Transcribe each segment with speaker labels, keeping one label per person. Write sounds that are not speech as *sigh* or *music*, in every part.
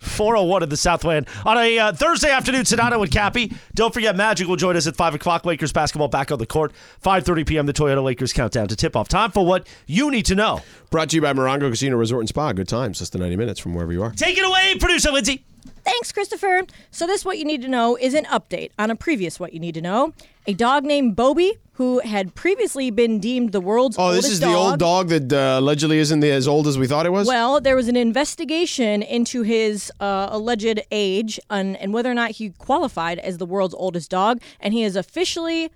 Speaker 1: 401 in the Southland on a uh, Thursday afternoon. Sedano and Cappy. Don't forget, Magic will join us at 5 o'clock. Lakers basketball back on the court. 5.30 p.m. The Toyota Lakers countdown to tip-off. Time for what you need to know.
Speaker 2: Brought to you by Morongo Casino Resort and Spa. Good times, less than 90 minutes from wherever you are.
Speaker 1: Take it away, producer Lindsay.
Speaker 3: Thanks, Christopher. So, this What You Need to Know is an update on a previous What You Need to Know. A dog named Bobby, who had previously been deemed the world's
Speaker 2: Oh,
Speaker 3: oldest
Speaker 2: this is the old dog that uh, allegedly isn't the- as old as we thought it was?
Speaker 3: Well, there was an investigation into his uh, alleged age and, and whether or not he qualified as the world's oldest dog, and he has officially,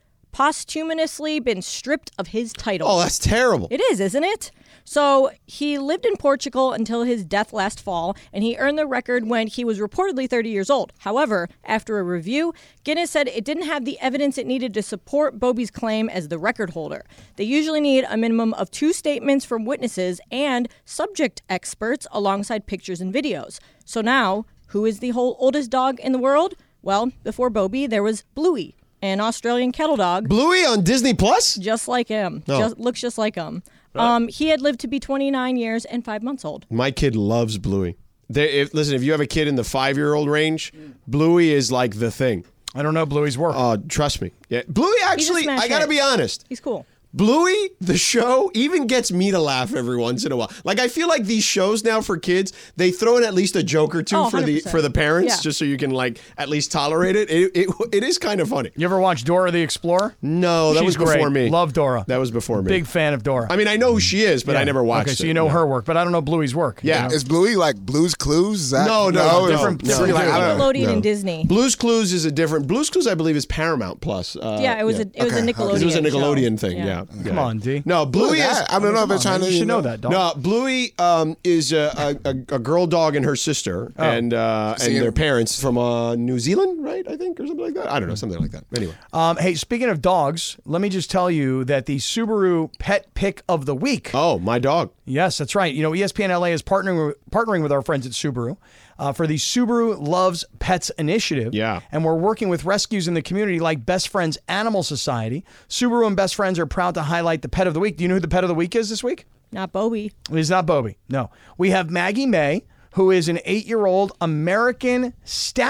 Speaker 3: posthumously been stripped of his title.
Speaker 2: oh, that's terrible.
Speaker 3: It is, isn't it? So he lived in Portugal until his death last fall, and he earned the record when he was reportedly 30 years old. However, after a review, Guinness said it didn't have the evidence it needed to support Bobby's claim as the record holder. They usually need a minimum of two statements from witnesses and subject experts alongside pictures and videos. So now, who is the whole oldest dog in the world? Well, before Bobby, there was Bluey, an Australian kettle dog
Speaker 2: Bluey on Disney Plus?
Speaker 3: just like him.
Speaker 2: Oh.
Speaker 3: Just, looks just like him. Um, he had lived to be 29 years and five months old.
Speaker 2: My kid loves Bluey. They, if, listen, if you have a kid in the five year old range, Bluey is like the thing.
Speaker 4: I don't know Bluey's work.
Speaker 2: Uh, trust me. Yeah, Bluey actually,
Speaker 3: smash
Speaker 2: I got to
Speaker 3: hit.
Speaker 2: be honest.
Speaker 3: He's cool.
Speaker 2: Bluey, the show, even gets me to laugh every once in a while. Like I feel like these shows now for kids, they throw in at least a joke or two
Speaker 3: Oh,
Speaker 2: for the
Speaker 3: 100%.
Speaker 2: for the parents,
Speaker 3: Yeah.
Speaker 2: just so you can like at least tolerate it. It it, it is kind of funny.
Speaker 4: you ever watch Dora the Explorer?
Speaker 2: No, that
Speaker 4: She's
Speaker 2: was before
Speaker 4: great.
Speaker 2: me.
Speaker 4: Love Dora.
Speaker 2: That was before me.
Speaker 4: Big fan of Dora.
Speaker 2: I mean, I know who she is, but I
Speaker 4: Yeah.
Speaker 2: never watched.
Speaker 4: Okay, so
Speaker 2: it,
Speaker 4: you know
Speaker 2: no.
Speaker 4: her work, but I don't know Bluey's work.
Speaker 2: Yeah,
Speaker 4: You know?
Speaker 5: Is Bluey like Blue's Clues? Is that-
Speaker 2: No, no, no,
Speaker 4: different-
Speaker 2: no,
Speaker 4: different
Speaker 2: no,
Speaker 5: like, I don't know.
Speaker 3: Nickelodeon and Disney.
Speaker 2: Blue's Clues is a different. Blue's Clues, I believe, is Paramount Plus. Uh,
Speaker 3: yeah, it was a it was a
Speaker 5: Okay,
Speaker 3: Nickelodeon.
Speaker 5: okay.
Speaker 2: It was a
Speaker 3: show.
Speaker 2: Nickelodeon thing.
Speaker 3: Yeah.
Speaker 2: Yeah.
Speaker 4: Come on, D.
Speaker 2: No, Bluey
Speaker 5: Look,
Speaker 2: is.
Speaker 5: I, I don't know if they're trying to.
Speaker 4: You should know that, dog.
Speaker 2: No, Bluey um, is a, a, a a girl dog and her sister
Speaker 4: Oh.
Speaker 2: and uh, and
Speaker 5: See,
Speaker 2: their
Speaker 5: and-
Speaker 2: parents from uh, New Zealand, right? I think, or something like that. I don't know, something like that. Anyway,
Speaker 4: Um, hey, speaking of dogs, let me just tell you that the Subaru Pet Pick of the Week.
Speaker 2: oh, my dog.
Speaker 4: Yes, that's right. You know, E ESPN LA is partnering partnering with our friends at Subaru uh, for the Subaru Loves Pets initiative.
Speaker 2: Yeah.
Speaker 4: and we're working with rescues in the community like Best Friends Animal Society. Subaru and Best Friends are proud to highlight the pet of the week. Do you know who the pet of the week is this week?
Speaker 3: Not Bobby.
Speaker 4: It's not Bobby. No, we have Maggie May, who is an eight-year-old American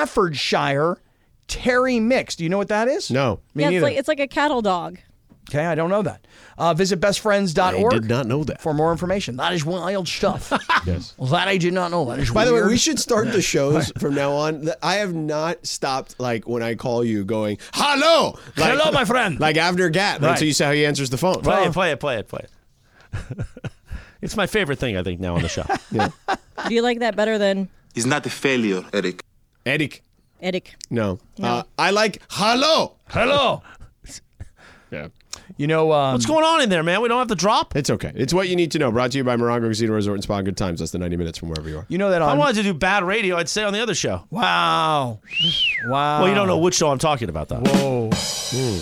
Speaker 4: Staffordshire Terry mix. Do you know what that is?
Speaker 2: No,
Speaker 4: me
Speaker 3: yeah, it's
Speaker 4: neither.
Speaker 3: like it's like a cattle dog.
Speaker 4: Okay, I don't know that. Uh, visit bestfriends.org.
Speaker 2: I did not know that.
Speaker 4: For more information, that is
Speaker 1: *laughs*
Speaker 4: wild stuff. yes. That I did not know. That is
Speaker 2: By the way,
Speaker 4: weird.
Speaker 2: we should start
Speaker 4: *laughs*
Speaker 2: the shows from now on. Th- I have not stopped like when I call you, going hello, like,
Speaker 4: Hello, my friend.
Speaker 2: like after Gat. Right.
Speaker 1: Right.
Speaker 2: So you see how he answers the phone.
Speaker 1: Play
Speaker 4: Uh,
Speaker 1: it, play it, play it, play it. *laughs* it's my favorite thing, I think, now on the
Speaker 2: *laughs*
Speaker 1: show.
Speaker 3: Do you like that better than
Speaker 6: It's not a failure, Eric.
Speaker 2: Eric.
Speaker 3: Eric?
Speaker 2: No, Uh, I like hello.
Speaker 4: Hello.
Speaker 2: Yeah.
Speaker 4: You know, um,
Speaker 1: What's going on in there, man? We don't have the drop?
Speaker 2: It's okay. It's what you need to know. Brought to you by Morongo Casino Resort and Spa. Good times. Less than 90 minutes from wherever you are.
Speaker 4: you know that
Speaker 1: If I
Speaker 4: on.
Speaker 1: wanted to do bad radio, I'd say on the other show.
Speaker 4: wow. Wow.
Speaker 1: Well, you don't know which show I'm talking about, though.
Speaker 4: Whoa.
Speaker 1: Hmm.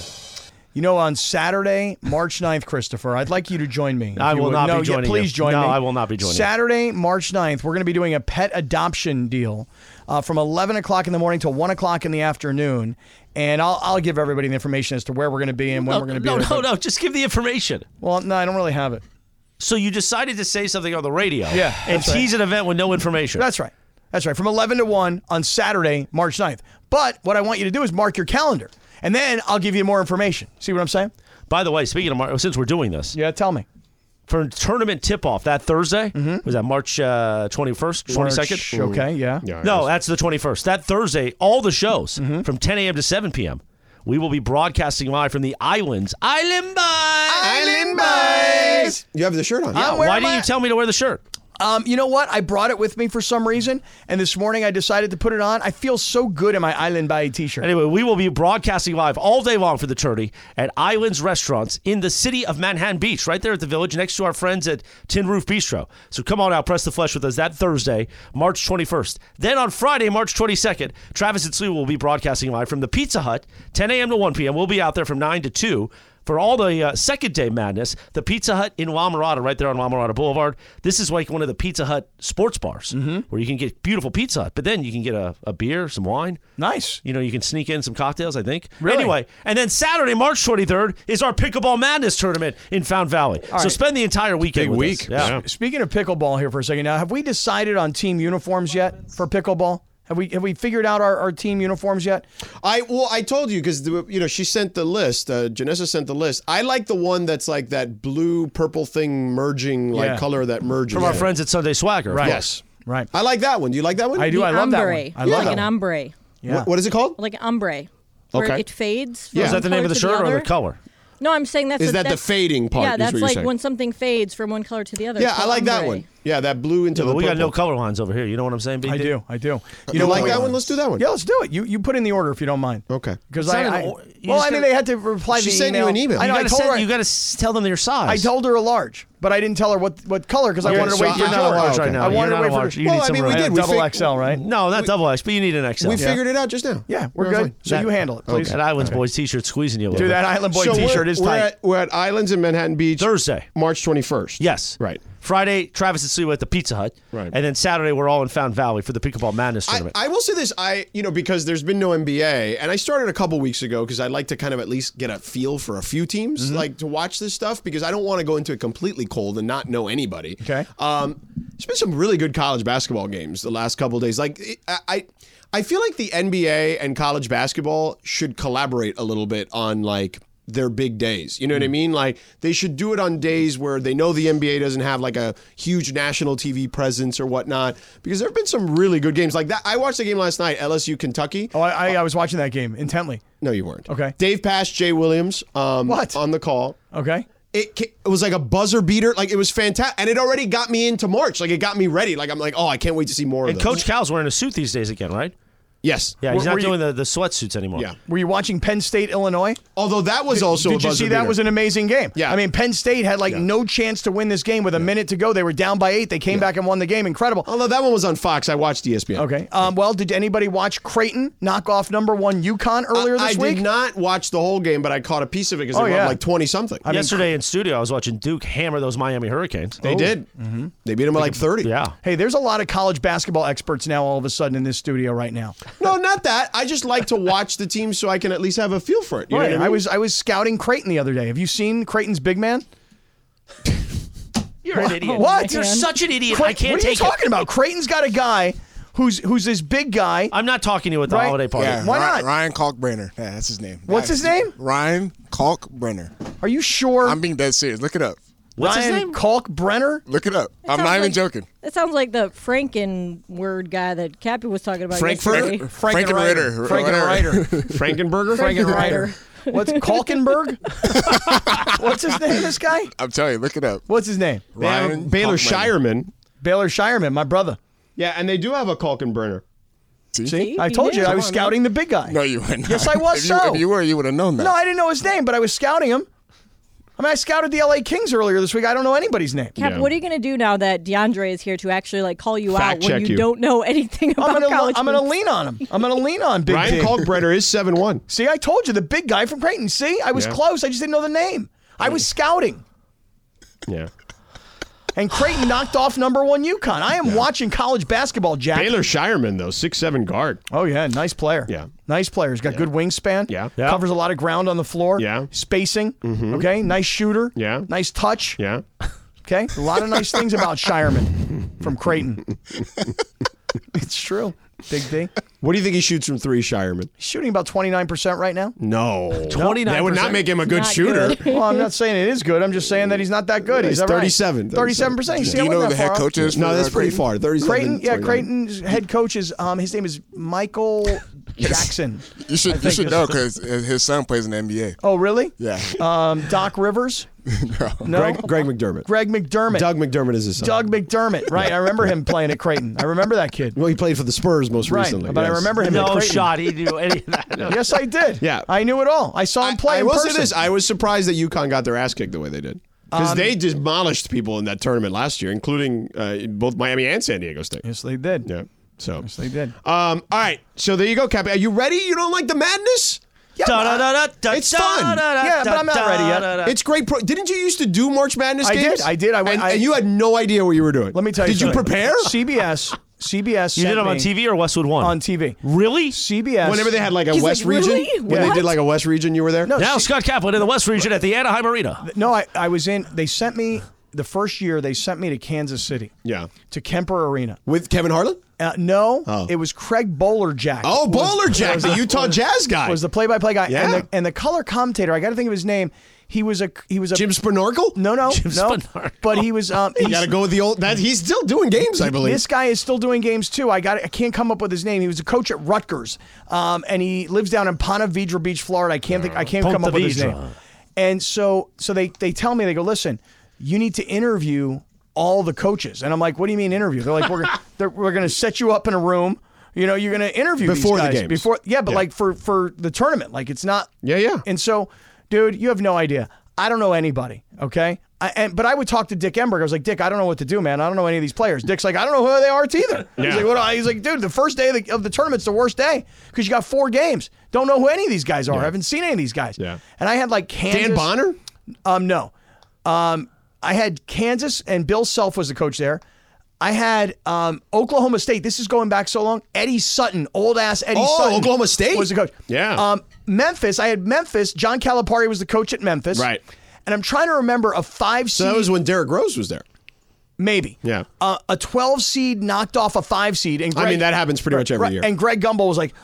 Speaker 4: You know, on Saturday, March 9th, Christopher, I'd like you to join me. if
Speaker 1: I
Speaker 4: you
Speaker 1: will
Speaker 4: would.
Speaker 1: not be
Speaker 4: no, yeah,
Speaker 1: joining you.
Speaker 4: please join
Speaker 1: No,
Speaker 4: me.
Speaker 1: I will not be joining you.
Speaker 4: Saturday, March 9th, we're going to be doing a pet adoption deal uh, from 11 o'clock in the morning till 1 o'clock in the afternoon. And I'll, I'll give everybody the information as to where we're going to be and when we're going to be.
Speaker 1: no,
Speaker 4: there.
Speaker 1: no, no. Just give the information.
Speaker 4: Well, no, I don't really have it.
Speaker 1: So you decided to say something on the radio.
Speaker 4: Yeah,
Speaker 1: And
Speaker 4: that's right.
Speaker 1: tease an event with no information.
Speaker 4: That's right. That's right. From 11 to 1 on Saturday, March 9th. But what I want you to do is mark your calendar, and then I'll give you more information. See what I'm saying?
Speaker 1: By the way, speaking of Mar- since we're doing this,
Speaker 4: Yeah, tell me.
Speaker 1: for tournament tip off that Thursday, was that March uh, 21st, 22nd?
Speaker 4: Mm-hmm. March, Okay, yeah.
Speaker 2: Yeah.
Speaker 1: No, that's the 21st. That Thursday, all the shows
Speaker 4: Mm-hmm.
Speaker 1: from 10 a.m. to 7 p.m. We will be broadcasting live from the islands. Island by
Speaker 2: Island Boys. You have the shirt
Speaker 4: I'm
Speaker 2: on.
Speaker 4: wearing
Speaker 1: Oh, Why didn't
Speaker 4: my-
Speaker 1: you tell me to wear the shirt?
Speaker 4: Um, you know what? I brought it with me for some reason, and this morning I decided to put it on. I feel so good in my Island by t-shirt.
Speaker 1: Anyway, we will be broadcasting live all day long for the tourney at Islands Restaurants in the city of Manhattan Beach, right there at the village next to our friends at Tin Roof Bistro. So come on out, press the flesh with us that Thursday, March 21st. Then on Friday, March 22nd, Travis and Slee will be broadcasting live from the Pizza Hut, 10 a.m. to 1 p.m. We'll be out there from 9 to 2 for all the uh, second day madness, the Pizza Hut in La Mirada, right there on La Mirada Boulevard. This is like one of the Pizza Hut sports bars where you can get beautiful Pizza Hut, but then you can get a, a beer, some wine.
Speaker 4: Nice.
Speaker 1: You know, you can sneak in some cocktails, I think.
Speaker 4: Really?
Speaker 1: Anyway, and then Saturday, March 23rd, is our Pickleball Madness tournament in Found Valley. so
Speaker 4: right.
Speaker 1: spend the entire weekend.
Speaker 2: big
Speaker 1: with
Speaker 2: week.
Speaker 1: us. Yeah.
Speaker 4: Speaking of pickleball here for a second now, have we decided on team uniforms yet for pickleball? Have we have we figured out our, our team uniforms yet?
Speaker 2: I well, I told you because you know she sent the list. Uh, Janessa sent the list. I like the one that's like that blue purple thing merging, like
Speaker 4: Yeah.
Speaker 2: color that merges.
Speaker 1: From our friends at Sunday Swagger. Right.
Speaker 2: Yes,
Speaker 4: Right.
Speaker 2: I like that one. Do you like that one?
Speaker 4: I do.
Speaker 3: The
Speaker 4: I love that
Speaker 3: ombre.
Speaker 4: one. I
Speaker 3: like
Speaker 4: love that
Speaker 3: an
Speaker 4: one.
Speaker 3: ombre,
Speaker 4: Yeah.
Speaker 2: What- what is it called?
Speaker 3: like an ombre, where
Speaker 2: Okay.
Speaker 3: it fades. From
Speaker 2: Yeah.
Speaker 1: Is that the name of the shirt or the
Speaker 3: color?
Speaker 1: color?
Speaker 3: No, I'm saying that's
Speaker 2: Is
Speaker 3: a-
Speaker 2: that the
Speaker 3: that's-
Speaker 2: fading part,
Speaker 3: Yeah,
Speaker 2: is
Speaker 3: that's
Speaker 2: what you're
Speaker 3: like
Speaker 2: saying?
Speaker 3: when something fades from one color to the other.
Speaker 2: Yeah,
Speaker 3: It's
Speaker 2: I
Speaker 3: called
Speaker 2: like that
Speaker 3: ombre.
Speaker 2: one. Yeah, that blue into the
Speaker 1: But we got
Speaker 2: purple.
Speaker 1: no color lines over here. You know what I'm saying? BD?
Speaker 4: I do. I do.
Speaker 2: You don't like
Speaker 4: what?
Speaker 2: that one? Let's do that one.
Speaker 4: Yeah, let's do it. You you put in the order if you don't mind.
Speaker 2: Okay.
Speaker 4: Because
Speaker 1: It's
Speaker 4: I,
Speaker 1: not
Speaker 4: I
Speaker 1: an or- you
Speaker 4: well,
Speaker 1: just
Speaker 4: I mean
Speaker 1: gotta-
Speaker 4: they had to reply.
Speaker 2: She
Speaker 4: to the
Speaker 2: sent you
Speaker 4: email.
Speaker 2: an email.
Speaker 4: I
Speaker 1: You
Speaker 4: know. I
Speaker 1: gotta,
Speaker 4: told her.
Speaker 1: send- you gotta s- tell them their size.
Speaker 4: I told her a large, but I didn't tell her what what color because I wanted
Speaker 2: so
Speaker 4: to wait for
Speaker 1: You're
Speaker 2: I'm
Speaker 4: George.
Speaker 1: not a large right now.
Speaker 4: I wanted
Speaker 1: You're
Speaker 4: to
Speaker 1: not
Speaker 4: wait
Speaker 1: a large.
Speaker 4: for
Speaker 1: You
Speaker 2: Well,
Speaker 1: need
Speaker 2: I
Speaker 1: some
Speaker 2: mean, we
Speaker 1: room.
Speaker 2: did.
Speaker 4: Yeah,
Speaker 2: we
Speaker 4: double
Speaker 2: fig-
Speaker 4: XL, right?
Speaker 1: No, not double X, but you need an XL.
Speaker 2: We
Speaker 1: Yeah.
Speaker 2: figured it out just now.
Speaker 4: Yeah, we're
Speaker 2: We're
Speaker 4: good.
Speaker 2: fine.
Speaker 4: So
Speaker 1: That-
Speaker 4: you handle it, please.
Speaker 1: That Islands Boys t-shirt squeezing you a little
Speaker 4: Dude,
Speaker 1: bit.
Speaker 4: that Island Boy
Speaker 2: So we're-
Speaker 4: T-shirt is
Speaker 2: we're
Speaker 4: tight.
Speaker 2: At, we're at Islands in Manhattan Beach
Speaker 1: Thursday.
Speaker 2: March 21st.
Speaker 1: Yes.
Speaker 2: Right.
Speaker 1: Friday, Travis and Sue at the Pizza Hut.
Speaker 2: Right.
Speaker 1: And then Saturday, we're all in Found Valley for the Pickleball Madness
Speaker 2: I,
Speaker 1: tournament.
Speaker 2: I will say this, I you know because there's been no NBA, and I started a couple weeks ago because I'd like to kind of at least get a feel for a few teams, like to watch this stuff because I don't want to go into it completely cold and not know anybody.
Speaker 4: Okay.
Speaker 2: Um, there's been some really good college basketball games the last couple of days. Like it- I, I, I feel like the NBA and college basketball should collaborate a little bit on like their big days. You know
Speaker 4: Hmm.
Speaker 2: what I mean? Like they should do it on days where they know the NBA doesn't have like a huge national TV presence or whatnot. Because there have been some really good games like that. I watched the game last night, LSU Kentucky.
Speaker 4: Oh, I, I, I was watching that game intently.
Speaker 2: No, you weren't.
Speaker 4: Okay.
Speaker 2: Dave passed Jay Williams. Um,
Speaker 4: What?
Speaker 2: on the call?
Speaker 4: Okay.
Speaker 2: it, ca- it was like a buzzer beater. Like it was fantastic, and it already got me into March. Like it got me ready. Like I'm like, oh, I can't wait to see more
Speaker 1: and
Speaker 2: of those.
Speaker 1: Coach Cal's wearing a suit these days again, right?
Speaker 2: yes,
Speaker 1: Yeah, he's
Speaker 4: Were-
Speaker 1: not
Speaker 4: were you-
Speaker 1: doing the, the sweatsuits anymore.
Speaker 2: yeah.
Speaker 4: Were you watching Penn State, Illinois?
Speaker 2: Although that was also
Speaker 4: Did
Speaker 2: a
Speaker 4: you
Speaker 2: buzzer
Speaker 4: see that
Speaker 2: beater.
Speaker 4: was an amazing game?
Speaker 2: Yeah.
Speaker 4: I mean, Penn State had like
Speaker 2: Yeah.
Speaker 4: no chance to win this game with a minute to go. They were down by eight. They came back and won the game. Incredible.
Speaker 2: Although that one was on Fox, I watched E ESPN.
Speaker 4: Okay. Um, well, did anybody watch Creighton knock off number one UConn earlier
Speaker 2: I,
Speaker 4: this
Speaker 2: I
Speaker 4: week?
Speaker 2: did not watch the whole game, but I caught a piece of it because
Speaker 4: Oh,
Speaker 2: they were up
Speaker 4: yeah.
Speaker 2: like twenty something.
Speaker 1: Yesterday in studio, I was watching Duke hammer those Miami Hurricanes.
Speaker 2: they did.
Speaker 4: Oh. Mm-hmm.
Speaker 2: They beat him by like thirty.
Speaker 1: Yeah.
Speaker 4: Hey, there's a lot of college basketball experts now all of a sudden in this studio right now.
Speaker 2: No, not that. I just like to watch the team so I can at least have a feel for it. You know
Speaker 4: right.
Speaker 2: what I
Speaker 4: I
Speaker 2: mean?
Speaker 4: was I was scouting Creighton the other day. Have you seen Creighton's big man?
Speaker 1: You're an idiot.
Speaker 4: What?
Speaker 1: You're such an idiot. I
Speaker 4: Creight-
Speaker 1: can't
Speaker 4: what are you
Speaker 1: take
Speaker 4: talking
Speaker 1: it.
Speaker 4: about? Creighton's got a guy who's who's this big guy.
Speaker 1: I'm not talking to you at the
Speaker 4: Right.
Speaker 1: holiday party.
Speaker 4: Why
Speaker 5: Ry-
Speaker 4: not?
Speaker 5: Ryan Kalkbrenner. Yeah, that's his name.
Speaker 4: What's his name?
Speaker 5: Ryan Kalkbrenner.
Speaker 4: Are you sure?
Speaker 5: I'm being dead serious. Look it up.
Speaker 1: What's his
Speaker 4: Ryan
Speaker 1: name?
Speaker 4: Kalkbrenner?
Speaker 5: Look it up. I'm
Speaker 3: Sounds
Speaker 5: not even
Speaker 3: like-
Speaker 5: joking.
Speaker 3: That sounds like the Franken word guy that Cappy was talking about.
Speaker 2: Frankfurter?
Speaker 3: yesterday.
Speaker 5: Frankenreiter.
Speaker 4: Frankenreiter.
Speaker 1: *laughs*
Speaker 2: *laughs* Frankenberger.
Speaker 4: Frankenreiter. *laughs* What's Kalkenberg? *laughs* What's his name? This guy?
Speaker 5: I'm telling you, look it up.
Speaker 4: What's his name?
Speaker 2: They have
Speaker 5: Ryan
Speaker 2: Baylor
Speaker 5: Kalkbrenner.
Speaker 2: Shireman.
Speaker 4: Baylor Shireman, my brother.
Speaker 2: Yeah, and they do have a Kalkenbrenner.
Speaker 4: See, I told you I was scouting the big guy.
Speaker 5: No, you wouldn't.
Speaker 4: Yes, I was,
Speaker 5: If you,
Speaker 4: so.
Speaker 5: if you were, you would have known that.
Speaker 4: No, I didn't know his name, but I was scouting him. I mean, I scouted the LA Kings earlier this week. I don't know anybody's name.
Speaker 3: Cap, what are you going to do now that DeAndre is here to actually like call you
Speaker 2: Fact
Speaker 3: out when
Speaker 2: check
Speaker 3: you,
Speaker 2: you.
Speaker 3: don't know *laughs* anything
Speaker 4: I'm
Speaker 3: about
Speaker 4: gonna,
Speaker 3: college?
Speaker 4: I'm gonna
Speaker 3: hoops?
Speaker 4: lean on him. I'm gonna lean on Big
Speaker 2: Ryan
Speaker 4: Dig.
Speaker 2: Kalkbrenner is seven
Speaker 4: *laughs*
Speaker 2: one.
Speaker 4: See, I told you the big guy from Creighton. See, I was
Speaker 2: Yeah.
Speaker 4: close. I just didn't know the name. I was scouting,
Speaker 2: Yeah.
Speaker 4: and Creighton knocked off number one UConn. I am watching college basketball, Jack.
Speaker 2: Baylor Shireman though, six seven guard.
Speaker 4: Oh yeah, nice player.
Speaker 2: Yeah.
Speaker 4: nice player. He's got good wingspan.
Speaker 2: Yeah. Yeah.
Speaker 4: covers a lot of ground on the floor.
Speaker 2: Yeah. Mm-hmm.
Speaker 4: spacing. Okay, nice shooter.
Speaker 2: Yeah.
Speaker 4: nice touch.
Speaker 2: Yeah.
Speaker 4: Okay, a lot of nice things about Shireman from Creighton.
Speaker 2: *laughs*
Speaker 4: it's true. Big D
Speaker 2: What do you think he shoots from three, Shireman?
Speaker 4: He's shooting about twenty nine percent right now.
Speaker 2: No,
Speaker 1: 29%.
Speaker 2: That would not make him a good
Speaker 3: Not
Speaker 2: shooter.
Speaker 3: good.
Speaker 4: Well, I'm not saying it is good. I'm just saying that he's not that good.
Speaker 2: He's
Speaker 4: He's all right.
Speaker 2: 37,
Speaker 4: 37
Speaker 2: 37%.
Speaker 4: percent. You see,
Speaker 5: Do you
Speaker 4: I
Speaker 5: know
Speaker 4: wasn't
Speaker 5: who the
Speaker 4: that
Speaker 5: head
Speaker 4: far off.
Speaker 5: coach is?
Speaker 2: No,
Speaker 5: for,
Speaker 2: that's
Speaker 5: uh,
Speaker 2: pretty
Speaker 5: Creighton?
Speaker 2: far. Thirty-seven.
Speaker 4: Creighton, yeah,
Speaker 2: 29.
Speaker 5: *laughs*
Speaker 4: Creighton's head coach is um his name is Michael Jackson.
Speaker 5: You
Speaker 4: I
Speaker 5: should you
Speaker 4: think
Speaker 5: should
Speaker 4: is-
Speaker 5: know because his son plays in the NBA.
Speaker 4: Oh, really?
Speaker 5: Yeah.
Speaker 4: Um, Doc
Speaker 5: *laughs*
Speaker 4: Rivers? no.
Speaker 2: Greg, Greg McDermott.
Speaker 4: Greg McDermott.
Speaker 2: Doug McDermott is his son.
Speaker 4: Doug McDermott. Right. I remember him playing at Creighton. I remember that kid.
Speaker 2: *laughs* Well, he played for the Spurs most
Speaker 4: Right.
Speaker 2: recently.
Speaker 4: but I
Speaker 2: yes.
Speaker 4: remember him at
Speaker 1: No
Speaker 4: Creighton.
Speaker 1: shot. He knew any of that. *laughs* No.
Speaker 4: Yes, I did.
Speaker 2: Yeah.
Speaker 4: I knew it all. I saw him play
Speaker 2: I, I
Speaker 4: in
Speaker 2: will
Speaker 4: person. Um,
Speaker 2: say this: I was surprised that UConn got their ass kicked the way they did because they demolished people in that tournament last year, including uh, both Miami and San Diego State.
Speaker 4: yes, they did.
Speaker 2: Yeah. So
Speaker 4: Yes, they did.
Speaker 2: Um, all right. So there you go, Cappy. Are you ready? You don't like the madness? Yeah.
Speaker 1: Da-da-da-da-da,
Speaker 2: it's fun.
Speaker 1: da-da-da-da,
Speaker 4: Yeah, but I'm not ready yet.
Speaker 1: da-da-da.
Speaker 2: It's great. Pro- Didn't you used to do March Madness
Speaker 4: I did,
Speaker 2: games?
Speaker 4: I did. I went-
Speaker 2: and,
Speaker 4: I-
Speaker 2: and you had no idea what you were doing.
Speaker 4: Let me tell you.
Speaker 2: Did you
Speaker 4: something.
Speaker 2: prepare?
Speaker 4: CBS. CBS.
Speaker 1: You did
Speaker 4: sent
Speaker 1: them on
Speaker 4: me-
Speaker 1: TV or Westwood One?
Speaker 4: On TV.
Speaker 1: Really?
Speaker 4: CBS.
Speaker 2: Whenever they had like a
Speaker 3: He's like,
Speaker 2: West region,
Speaker 3: "Really?
Speaker 2: when they
Speaker 3: What?"
Speaker 2: did like a West region, you were there.
Speaker 4: No.
Speaker 1: Now Scott Kaplan in the West Region at the Anaheim Arena.
Speaker 4: No, I, I was in. They sent me the first year. They sent me to Kansas City.
Speaker 2: Yeah.
Speaker 4: To Kemper Arena.
Speaker 2: With Kevin Harlan?
Speaker 4: Uh, no,
Speaker 2: Oh.
Speaker 4: it was Craig Bowler Jack.
Speaker 2: Oh, Bowler Jack, the Utah Jazz guy.
Speaker 4: was the play-by-play guy and
Speaker 2: Yeah.
Speaker 4: the and the color commentator. I got to think of his name. He was a he was a
Speaker 2: Jim Spinorkel?
Speaker 4: no
Speaker 2: *laughs*
Speaker 4: no
Speaker 1: Jim
Speaker 4: no.
Speaker 1: Spinard.
Speaker 4: But he was um.
Speaker 2: You got
Speaker 4: He's,
Speaker 2: to go with the old. That he's still doing games, I believe.
Speaker 4: this guy is still doing games too. I got I can't come up with his name. He was a coach at Rutgers, um, and he lives down in Ponte Vedra Beach, Florida. I can't think I can't
Speaker 1: Ponte
Speaker 4: come up with his
Speaker 1: Vedra.
Speaker 4: name. And so so they they tell me they go listen, you need to interview all the coaches, and I'm like, what do you mean interview? They're like we're gonna, *laughs* they're, we're going to set you up in a room. You know, you're going to interview these
Speaker 2: Before the
Speaker 4: guys
Speaker 2: games.
Speaker 4: Before, yeah, but
Speaker 2: Yeah.
Speaker 4: like for for the tournament, like it's not.
Speaker 2: Yeah, yeah.
Speaker 4: *laughs* And so, dude, you have no idea. I don't know anybody. Okay. I, and, but I would talk to Dick Emberg. I was like, Dick, I don't know what to do, man. I don't know any of these players. Dick's like, I don't know who they are either. He's
Speaker 2: Yeah.
Speaker 4: like, what? do I? He's like, dude, the first day of the, of the tournament's the worst day because you got four games. Don't know who any of these guys are. I haven't seen any of these guys.
Speaker 2: Yeah.
Speaker 4: And I had like Kansas.
Speaker 2: Dan Bonner?
Speaker 4: Um, no. Um, I had Kansas and Bill Self was the coach there. I had um, Oklahoma State. This is going back so long. Eddie Sutton, old ass Eddie
Speaker 2: Oh,
Speaker 4: Sutton.
Speaker 2: Oklahoma State?
Speaker 4: was the coach.
Speaker 2: Yeah.
Speaker 4: Um, Memphis. I had Memphis. John Calipari was the coach at Memphis.
Speaker 2: Right.
Speaker 4: And I'm trying to remember a five
Speaker 2: So
Speaker 4: seed.
Speaker 2: that was when Derrick Rose was there.
Speaker 4: maybe.
Speaker 2: Yeah.
Speaker 4: Uh, a 12 seed knocked off a five seed. And
Speaker 2: I
Speaker 4: Greg-
Speaker 2: mean, that happens pretty much every
Speaker 4: right,
Speaker 2: year.
Speaker 4: And Greg Gumbel was like,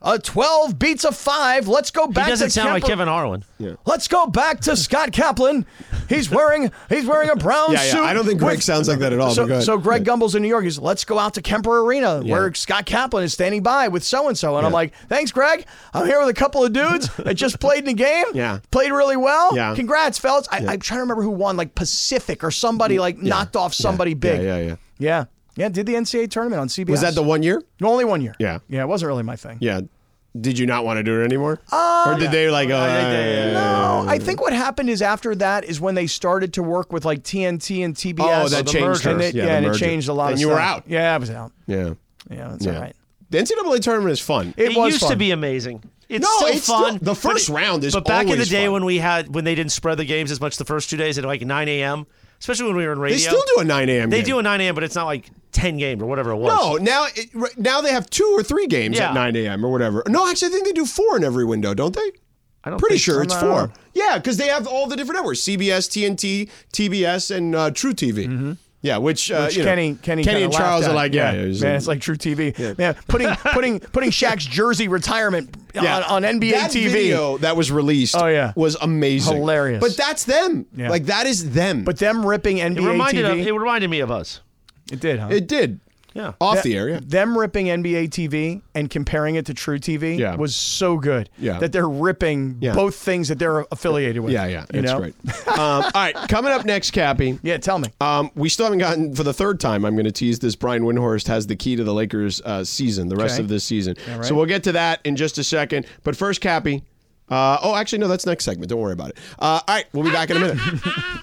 Speaker 4: a 12 beats a five. Let's go
Speaker 1: He
Speaker 4: back
Speaker 1: doesn't
Speaker 4: to
Speaker 1: sound like
Speaker 4: Kemper."
Speaker 1: Kevin Harlan.
Speaker 4: Let's go back to Scott Kaplan. He's wearing he's wearing a brown
Speaker 2: yeah,
Speaker 4: suit.
Speaker 2: yeah. I don't think Greg
Speaker 4: with-
Speaker 2: sounds like that at all. but go
Speaker 4: Oh, So,
Speaker 2: ahead.
Speaker 4: so Greg Gumbel's in New York. He's let's go out to Kemper Arena where Scott Kaplan is standing by with so and so, and I'm like, thanks, Greg. I'm here with a couple of dudes that just played in a game.
Speaker 2: Yeah.
Speaker 4: played really well.
Speaker 2: Yeah.
Speaker 4: congrats, fellas. I, I'm trying to remember who won, like Pacific or somebody like knocked off somebody big.
Speaker 2: Yeah, yeah, yeah.
Speaker 4: yeah, yeah. Did the NCAA tournament on CBS?
Speaker 2: Was that the one year?
Speaker 4: only one year?
Speaker 2: Yeah.
Speaker 4: yeah. It wasn't really my thing.
Speaker 2: Yeah. Did you not want to do it anymore? Uh, or did they like? Uh,
Speaker 4: No, I think what happened is after that is when they started to work with like TNT and TBS.
Speaker 2: Oh, that changed.
Speaker 4: And
Speaker 2: things.
Speaker 4: it, yeah, and
Speaker 2: the
Speaker 4: it
Speaker 2: merger.
Speaker 4: changed a lot.
Speaker 2: And
Speaker 4: of
Speaker 2: you were
Speaker 4: stuff.
Speaker 2: out.
Speaker 4: Yeah, I was out.
Speaker 2: Yeah.
Speaker 4: Yeah, that's
Speaker 2: Yeah.
Speaker 4: all right.
Speaker 2: The NCAA tournament is fun.
Speaker 4: It,
Speaker 1: It,
Speaker 4: was
Speaker 1: used to
Speaker 4: fun.
Speaker 1: be amazing. It's
Speaker 2: No,
Speaker 1: still
Speaker 2: it's still-
Speaker 1: fun.
Speaker 2: the
Speaker 1: but
Speaker 2: first
Speaker 1: it-
Speaker 2: round is
Speaker 1: But back in the
Speaker 2: always
Speaker 1: day
Speaker 2: fun.
Speaker 1: when we had when they didn't spread the games as much the first two days at like 9 a.m. Especially when we were in radio.
Speaker 2: they still do a 9 a.m.
Speaker 1: They
Speaker 2: game.
Speaker 1: do a 9 a.m. But it's not like 10 games or whatever it was.
Speaker 2: No, now it, right- now they have two or three games
Speaker 1: Yeah.
Speaker 2: at 9 a.m. or whatever. No, actually, I think they do four in every window, don't they?
Speaker 1: I don't
Speaker 2: Pretty
Speaker 1: think-
Speaker 2: sure it's
Speaker 4: I don't
Speaker 2: four.
Speaker 4: know.
Speaker 2: Yeah, because they have all the different networks: CBS, TNT, TBS, and uh, True TV. Yeah, which, uh,
Speaker 4: Mm-hmm. Which
Speaker 2: you know,
Speaker 4: Kenny, Kenny,
Speaker 2: Kenny
Speaker 4: kinda
Speaker 2: and Charles
Speaker 4: laughed
Speaker 2: are
Speaker 4: at.
Speaker 2: like, yeah, was
Speaker 4: man,
Speaker 2: a-
Speaker 4: it's like True
Speaker 2: *laughs*
Speaker 4: TV. Man, putting putting putting Shaq's jersey retirement
Speaker 2: Yeah.
Speaker 4: on, on NBA
Speaker 2: that
Speaker 4: TV.
Speaker 2: video that was released.
Speaker 4: Oh, yeah.
Speaker 2: was amazing,
Speaker 4: Hilarious.
Speaker 2: But that's them.
Speaker 4: Yeah.
Speaker 2: Like that is them.
Speaker 4: But them ripping
Speaker 1: It
Speaker 4: NBA
Speaker 1: reminded
Speaker 4: TV.
Speaker 1: of, it reminded me of us.
Speaker 4: it did, huh?
Speaker 2: it did.
Speaker 1: Yeah.
Speaker 2: off the air. Yeah.
Speaker 4: Them ripping NBA TV and comparing it to True TV
Speaker 2: Yeah.
Speaker 4: was so good
Speaker 2: Yeah.
Speaker 4: that they're ripping
Speaker 2: Yeah.
Speaker 4: both things that they're affiliated with.
Speaker 2: Yeah, yeah,
Speaker 4: you
Speaker 2: it's
Speaker 4: know?
Speaker 2: great. um, all right, coming up next, Cappy.
Speaker 4: Yeah, tell me.
Speaker 2: Um, we still haven't gotten for the third time. I'm going to tease this. Brian Windhorst has the key to the Lakers' uh, season, the rest
Speaker 4: Okay.
Speaker 2: of this season.
Speaker 4: right.
Speaker 2: So we'll get to that in just a second. But first, Cappy. Uh, oh, actually, no, that's next segment. Don't worry about it. Uh, all right, we'll be back in a minute.
Speaker 4: *laughs*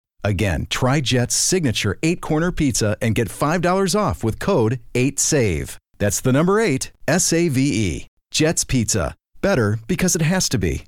Speaker 7: Again, try Jet's signature eight corner pizza and get $5 off with code 8SAVE. That's the number eight, S A V E. Jet's Pizza. Better because it has to be.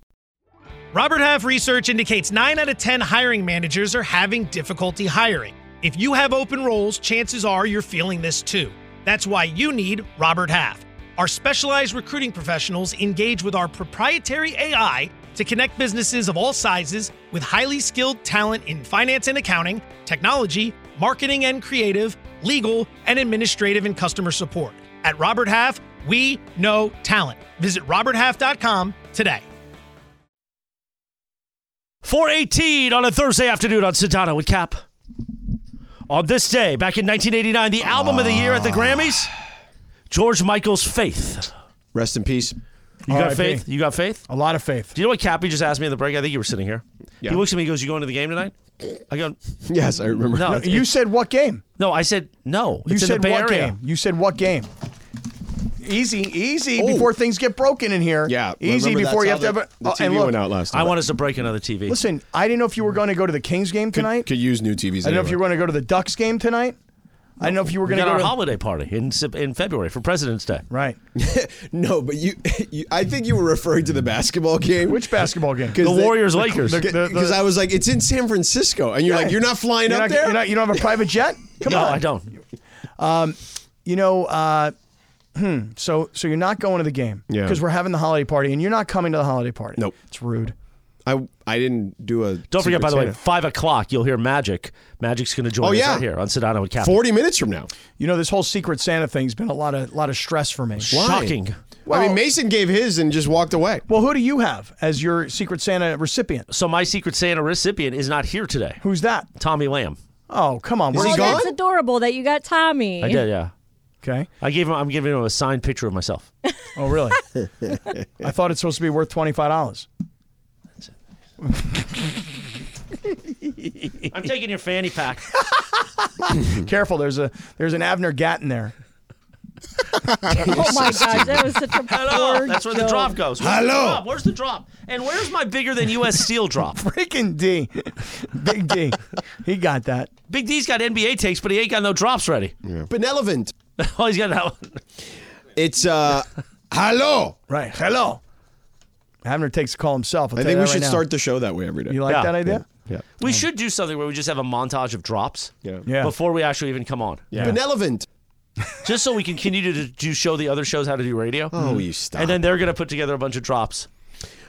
Speaker 8: Robert Half research indicates 9 out of 10 hiring managers are having difficulty hiring. If you have open roles, chances are you're feeling this too. That's why you need Robert Half. Our specialized recruiting professionals engage with our proprietary AI to connect businesses of all sizes with highly skilled talent in finance and accounting, technology, marketing and creative, legal, and administrative and customer support. At Robert Half, we know talent. Visit roberthalf.com today.
Speaker 1: 418 on a Thursday afternoon on Sedano with Cap. On this day, back in 1989, the album of the year at the Grammys, George Michael's Faith.
Speaker 2: Rest in peace.
Speaker 1: You got
Speaker 4: RIP.
Speaker 1: faith? You got faith?
Speaker 4: A lot of faith.
Speaker 1: Do you know what Cappy just asked me in the break? I think you were sitting here. He looks at me and goes, You going to the game tonight? I go,
Speaker 2: Yes, I remember.
Speaker 1: No, it's-
Speaker 4: You said what game?
Speaker 1: no I said, No.
Speaker 4: You
Speaker 1: It's in
Speaker 4: said
Speaker 1: the Bay
Speaker 4: what
Speaker 1: Area.
Speaker 4: game? You said what game? Oh. Easy, easy before things get broken in here.
Speaker 2: Yeah,
Speaker 4: easy
Speaker 2: remember
Speaker 4: before
Speaker 2: that's
Speaker 4: you have to
Speaker 2: how
Speaker 4: have a.
Speaker 2: the, the
Speaker 4: oh,
Speaker 2: TV
Speaker 4: and look,
Speaker 2: went out last.
Speaker 1: I
Speaker 2: night.
Speaker 1: want us to break another TV.
Speaker 4: Listen, I didn't know if you were going to go to the Kings game tonight.
Speaker 2: could use new TVs.
Speaker 4: I didn't know if
Speaker 2: anyway.
Speaker 4: you were going to go to the Ducks game tonight. I didn't know if you were
Speaker 1: we
Speaker 4: going
Speaker 1: got
Speaker 4: to go
Speaker 1: our
Speaker 4: to.
Speaker 1: holiday party in, Sep- in February for President's Day.
Speaker 4: right.
Speaker 2: *laughs* No, but you, you. I think you were referring to the basketball game.
Speaker 4: Which basketball
Speaker 2: *laughs*
Speaker 4: game?
Speaker 1: The Warriors Lakers.
Speaker 4: the-
Speaker 2: Because I was like, it's in San Francisco, and you're like, you're not flying
Speaker 4: You're not-
Speaker 2: up there.
Speaker 4: you're not- you don't have a private *laughs* jet? Come
Speaker 1: no,
Speaker 4: on.
Speaker 1: I don't.
Speaker 4: You know, uh, hmm. So, so you're not going to the game
Speaker 2: Yeah.
Speaker 4: because we're having the holiday party, and you're not coming to the holiday party.
Speaker 2: Nope.
Speaker 4: It's rude.
Speaker 2: I I didn't do a.
Speaker 1: Don't forget,
Speaker 2: Secret
Speaker 1: by the way,
Speaker 2: Santa.
Speaker 1: five o'clock you'll hear Magic. Magic's going to join
Speaker 2: Oh,
Speaker 1: us
Speaker 2: yeah.
Speaker 1: right here on Sedano with Cap.
Speaker 2: Forty minutes from now.
Speaker 4: You know, this whole Secret Santa thing's been a lot of lot of stress for me.
Speaker 1: Shocking.
Speaker 2: I
Speaker 4: Well-
Speaker 2: mean, Mason gave his and just walked away.
Speaker 4: Well, who do you have as your Secret Santa recipient?
Speaker 1: So my Secret Santa recipient is not here today.
Speaker 4: Who's that?
Speaker 1: Tommy Lamb.
Speaker 4: Oh, come on.
Speaker 2: Is
Speaker 4: we're
Speaker 2: he
Speaker 4: all-
Speaker 3: Oh, that's
Speaker 2: gone?
Speaker 3: adorable that you got Tommy.
Speaker 1: I did, yeah.
Speaker 4: Okay.
Speaker 1: I gave him. I'm giving him a signed picture of myself.
Speaker 4: Oh,
Speaker 2: *laughs*
Speaker 4: really? I thought it's supposed to be worth twenty five dollars.
Speaker 1: I'm taking your fanny pack.
Speaker 4: Careful, there's a there's an Abner Gatton there.
Speaker 3: *laughs*
Speaker 4: *laughs*
Speaker 3: Oh my gosh, that was such a
Speaker 1: Hello.
Speaker 3: poor
Speaker 1: That's where the
Speaker 3: joke.
Speaker 1: drop goes. Where's
Speaker 2: Hello.
Speaker 1: The drop? Where's the drop? And where's my bigger than U.S. Steel drop?
Speaker 4: Freaking D, Big D, he got that.
Speaker 1: Big D's got NBA takes, but he ain't got no drops ready.
Speaker 2: Benelevant.
Speaker 1: *laughs* oh, he's got that one.
Speaker 2: It's uh, hello.
Speaker 4: Right. Hello. Abner takes the call himself. I'll
Speaker 2: I
Speaker 4: tell
Speaker 2: think
Speaker 4: you
Speaker 2: we
Speaker 4: that
Speaker 2: should
Speaker 4: right now.
Speaker 2: start the show that way every day.
Speaker 4: You like
Speaker 1: Yeah.
Speaker 4: that idea?
Speaker 2: yeah.
Speaker 1: We should do something where we just have a montage of drops
Speaker 2: Yeah.
Speaker 4: Yeah.
Speaker 1: before we actually even come on,
Speaker 4: Yeah.
Speaker 2: Benelevant.
Speaker 1: just so we can continue to do show the other shows how to do radio.
Speaker 4: Mm-hmm.
Speaker 2: Oh, you stop.
Speaker 1: And then they're gonna put together a bunch of drops.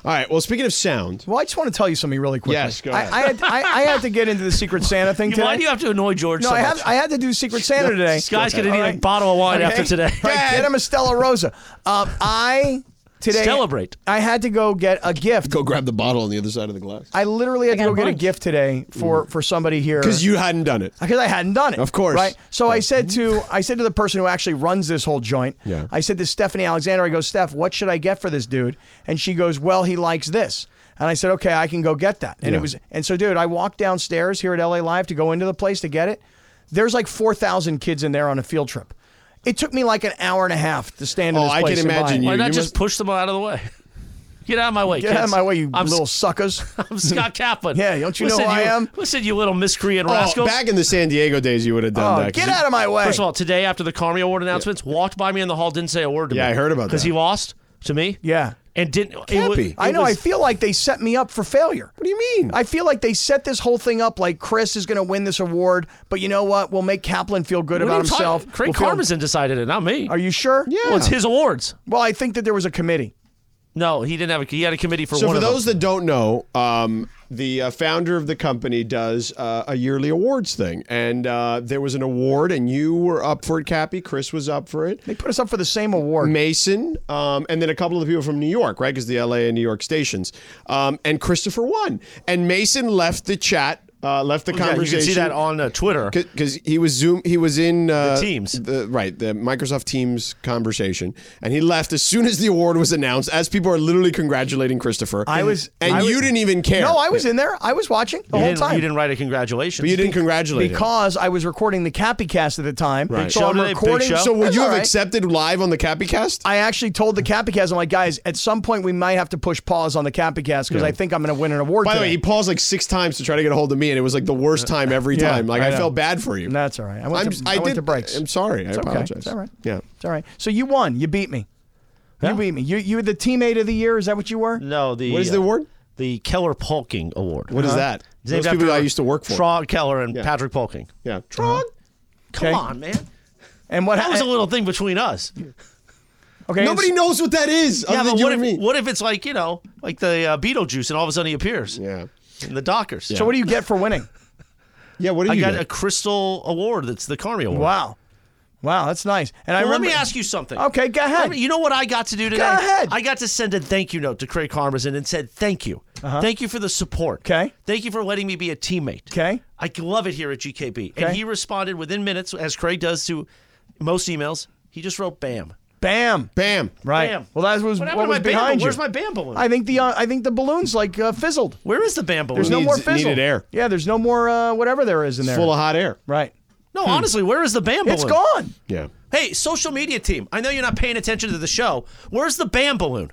Speaker 2: All right. Well, speaking of sound,
Speaker 4: Well, I just want to tell you something really quickly.
Speaker 2: Yes, go ahead.
Speaker 4: I, I, had, I, I had to get into the Secret Santa thing
Speaker 1: You-
Speaker 4: today.
Speaker 1: why do you have to annoy George?
Speaker 4: no,
Speaker 1: so
Speaker 4: I had,
Speaker 1: much?
Speaker 4: I had to do Secret Santa today.
Speaker 1: This guy's gonna
Speaker 4: All
Speaker 1: need a
Speaker 4: right.
Speaker 1: bottle of wine
Speaker 4: Okay.
Speaker 1: after today.
Speaker 4: Right, get him a Stella Rosa. Um, I today
Speaker 1: Celebrate.
Speaker 4: I had to go get a gift.
Speaker 2: go grab the bottle on the other side of the glass
Speaker 4: I literally had
Speaker 3: I
Speaker 4: to
Speaker 3: got
Speaker 4: go
Speaker 3: a
Speaker 4: get a
Speaker 3: bunch.
Speaker 4: gift today for for somebody here
Speaker 2: because you hadn't done it.
Speaker 4: because I hadn't done it.
Speaker 2: Of course.
Speaker 4: right? So I said to I said to the person who actually runs this whole joint.
Speaker 2: Yeah.
Speaker 4: I said to Stephanie Alexander. I go, Steph, what should I get for this dude? And she goes, Well, he likes this. And I said, Okay, I can go get that. And
Speaker 2: Yeah.
Speaker 4: it was and so, dude, I walked downstairs here at LA Live to go into the place to get it. There's like four thousand kids in there on a field trip. It took me like an hour and a half to stand in
Speaker 2: Oh,
Speaker 4: this
Speaker 2: I
Speaker 4: place
Speaker 2: can
Speaker 4: and buy
Speaker 2: imagine
Speaker 4: it.
Speaker 1: Why
Speaker 2: You-
Speaker 1: not
Speaker 2: you
Speaker 1: just
Speaker 2: must-
Speaker 1: push them out of the way? *laughs* Get out of my way.
Speaker 4: Get out of
Speaker 1: kids.
Speaker 4: my way, you
Speaker 1: I'm
Speaker 4: little
Speaker 2: *laughs*
Speaker 4: suckers. *laughs*
Speaker 1: I'm Scott Kaplan.
Speaker 4: Yeah, don't you know
Speaker 1: listen,
Speaker 4: who I
Speaker 1: you,
Speaker 4: am?
Speaker 1: Listen, you little miscreant
Speaker 2: Oh,
Speaker 1: rascals.
Speaker 2: back in the San Diego days, you would have done
Speaker 4: Oh,
Speaker 2: that.
Speaker 4: get out of my way.
Speaker 1: First of all, today after the Carmi Award announcements, walked by me in the hall, didn't say a word to me.
Speaker 2: Yeah, I heard about
Speaker 1: Because
Speaker 2: that.
Speaker 1: he lost to me.
Speaker 4: Yeah.
Speaker 1: and didn't. It was,
Speaker 2: be.
Speaker 1: it
Speaker 4: I know. I
Speaker 1: was-
Speaker 4: feel like they set me up for failure.
Speaker 2: What do you mean?
Speaker 4: I feel like they set this whole thing up like Chris is going to win this award, but you know what? We'll make Kaplan feel good
Speaker 1: What
Speaker 4: about
Speaker 1: are you talking-
Speaker 4: himself.
Speaker 1: Craig
Speaker 4: We'll feel-
Speaker 1: Karmazin decided it, not me.
Speaker 4: Are you sure?
Speaker 2: Yeah.
Speaker 1: Well, it's his awards.
Speaker 4: Well, I think that there was a committee.
Speaker 1: No, he didn't have. A, he had a committee for
Speaker 2: So
Speaker 1: one
Speaker 2: for
Speaker 1: of them.
Speaker 2: those that don't know, um, the uh, founder of the company does uh, a yearly awards thing, and uh, there was an award, and you were up for it, Cappy. Chris was up for it.
Speaker 4: They put us up for the same award.
Speaker 2: Mason, um, and then a couple of the people from New York, right? Because the LA and New York stations, um, and Christopher won, and Mason left the chat, uh, left the
Speaker 1: Oh, Yeah, you
Speaker 2: conversation.
Speaker 1: can see that on uh, Twitter.
Speaker 2: because he was zoom he was in uh,
Speaker 1: The Teams.
Speaker 2: the, right the microsoft teams conversation and he left as soon as the award was announced as people are literally congratulating christopher
Speaker 4: I was-
Speaker 2: and
Speaker 4: I was-
Speaker 2: you didn't even care
Speaker 4: No, I was in there. I was watching the
Speaker 1: You
Speaker 4: whole
Speaker 1: didn't-
Speaker 4: time.
Speaker 1: You didn't write a congratulations.
Speaker 2: but you didn't congratulate him.
Speaker 4: because I was recording the Cappy cast at the time.
Speaker 2: Right.
Speaker 4: So
Speaker 1: Show
Speaker 4: I'm
Speaker 1: today, big
Speaker 4: recording.
Speaker 1: show.
Speaker 2: so would
Speaker 4: That's
Speaker 2: you
Speaker 4: all
Speaker 2: have
Speaker 4: right.
Speaker 2: accepted live on the cappycast
Speaker 4: I actually told the Cappycast, I'm like, guys, at some point we might have to push pause on the Cappycast because I think I'm going to win an award.
Speaker 2: by the way,
Speaker 4: today.
Speaker 2: he paused like six times to try to get a hold of me, and it was like the worst time every
Speaker 4: Uh, Yeah,
Speaker 2: time. Like
Speaker 4: I
Speaker 2: I,
Speaker 4: know.
Speaker 2: felt bad for you.
Speaker 4: That's all right. I went,
Speaker 2: I'm
Speaker 4: to,
Speaker 2: just-
Speaker 4: I went
Speaker 2: did-
Speaker 4: to breaks.
Speaker 2: I'm sorry. I
Speaker 4: okay.
Speaker 2: apologize.
Speaker 4: It's all right.
Speaker 2: Yeah.
Speaker 4: It's all right. So you won. You beat me.
Speaker 1: Yeah. Mm.
Speaker 4: You beat me. You you were the teammate of the year. Is that what you were?
Speaker 1: No, the uh,
Speaker 2: What
Speaker 4: uh,
Speaker 2: is the award?
Speaker 1: The Keller Polking Award. Uh-huh.
Speaker 2: What is
Speaker 4: uh-huh.
Speaker 2: that?
Speaker 1: It's named
Speaker 2: Those people
Speaker 1: after
Speaker 2: I used to work for.
Speaker 1: Trog Keller and
Speaker 2: Yeah.
Speaker 1: Patrick Polking.
Speaker 2: Yeah.
Speaker 1: Trog, come
Speaker 4: Okay.
Speaker 1: on, man.
Speaker 4: And what
Speaker 1: That was a
Speaker 4: happened?
Speaker 1: little thing between us.
Speaker 4: Okay,
Speaker 2: Nobody
Speaker 4: it's-
Speaker 2: knows what that is.
Speaker 1: Yeah, but
Speaker 2: other than you
Speaker 1: what if,
Speaker 2: and me.
Speaker 1: what if it's like, you know, like the uh, Beetlejuice and all of a sudden he appears
Speaker 2: Yeah.
Speaker 1: in the Dockers?
Speaker 4: So what do you get for winning?
Speaker 2: Yeah. What do
Speaker 1: I
Speaker 2: you
Speaker 1: got
Speaker 2: get?
Speaker 1: a crystal award that's the Carmi Award.
Speaker 4: Wow, wow, that's nice. And I
Speaker 1: Well,
Speaker 4: remember.
Speaker 1: let me ask you something.
Speaker 4: Okay, go ahead.
Speaker 1: Let me- you know what I got to do today?
Speaker 4: ahead.
Speaker 1: I got to send a thank you note to Craig Carmazin and said thank you. Thank you for the support.
Speaker 4: Uh-huh. Okay.
Speaker 1: Thank you for letting me be a teammate.
Speaker 4: Okay.
Speaker 1: I love it here at GKB.
Speaker 4: Okay.
Speaker 1: And he responded within minutes, as Craig does to most emails. He just wrote BAM.
Speaker 4: Bam.
Speaker 2: Bam.
Speaker 4: Right.
Speaker 1: Bam.
Speaker 4: Well, that was
Speaker 1: What
Speaker 4: what,
Speaker 1: happened to
Speaker 4: was
Speaker 1: my bam
Speaker 4: behind
Speaker 1: balloon?
Speaker 4: you.
Speaker 1: Where's my bam balloon?
Speaker 4: I think the uh, I think the balloon's like uh, fizzled.
Speaker 1: Where is the BAM balloon?
Speaker 4: There's no more
Speaker 2: Needs-
Speaker 4: fizzle.
Speaker 2: needed air.
Speaker 4: Yeah, there's no more uh, whatever there is in there.
Speaker 2: Full of hot air.
Speaker 4: right.
Speaker 1: No, honestly, where is the BAM balloon?
Speaker 4: Hmm. It's gone.
Speaker 2: Yeah.
Speaker 1: Hey, social media team, I know you're not paying attention to the show. Where's the BAM balloon?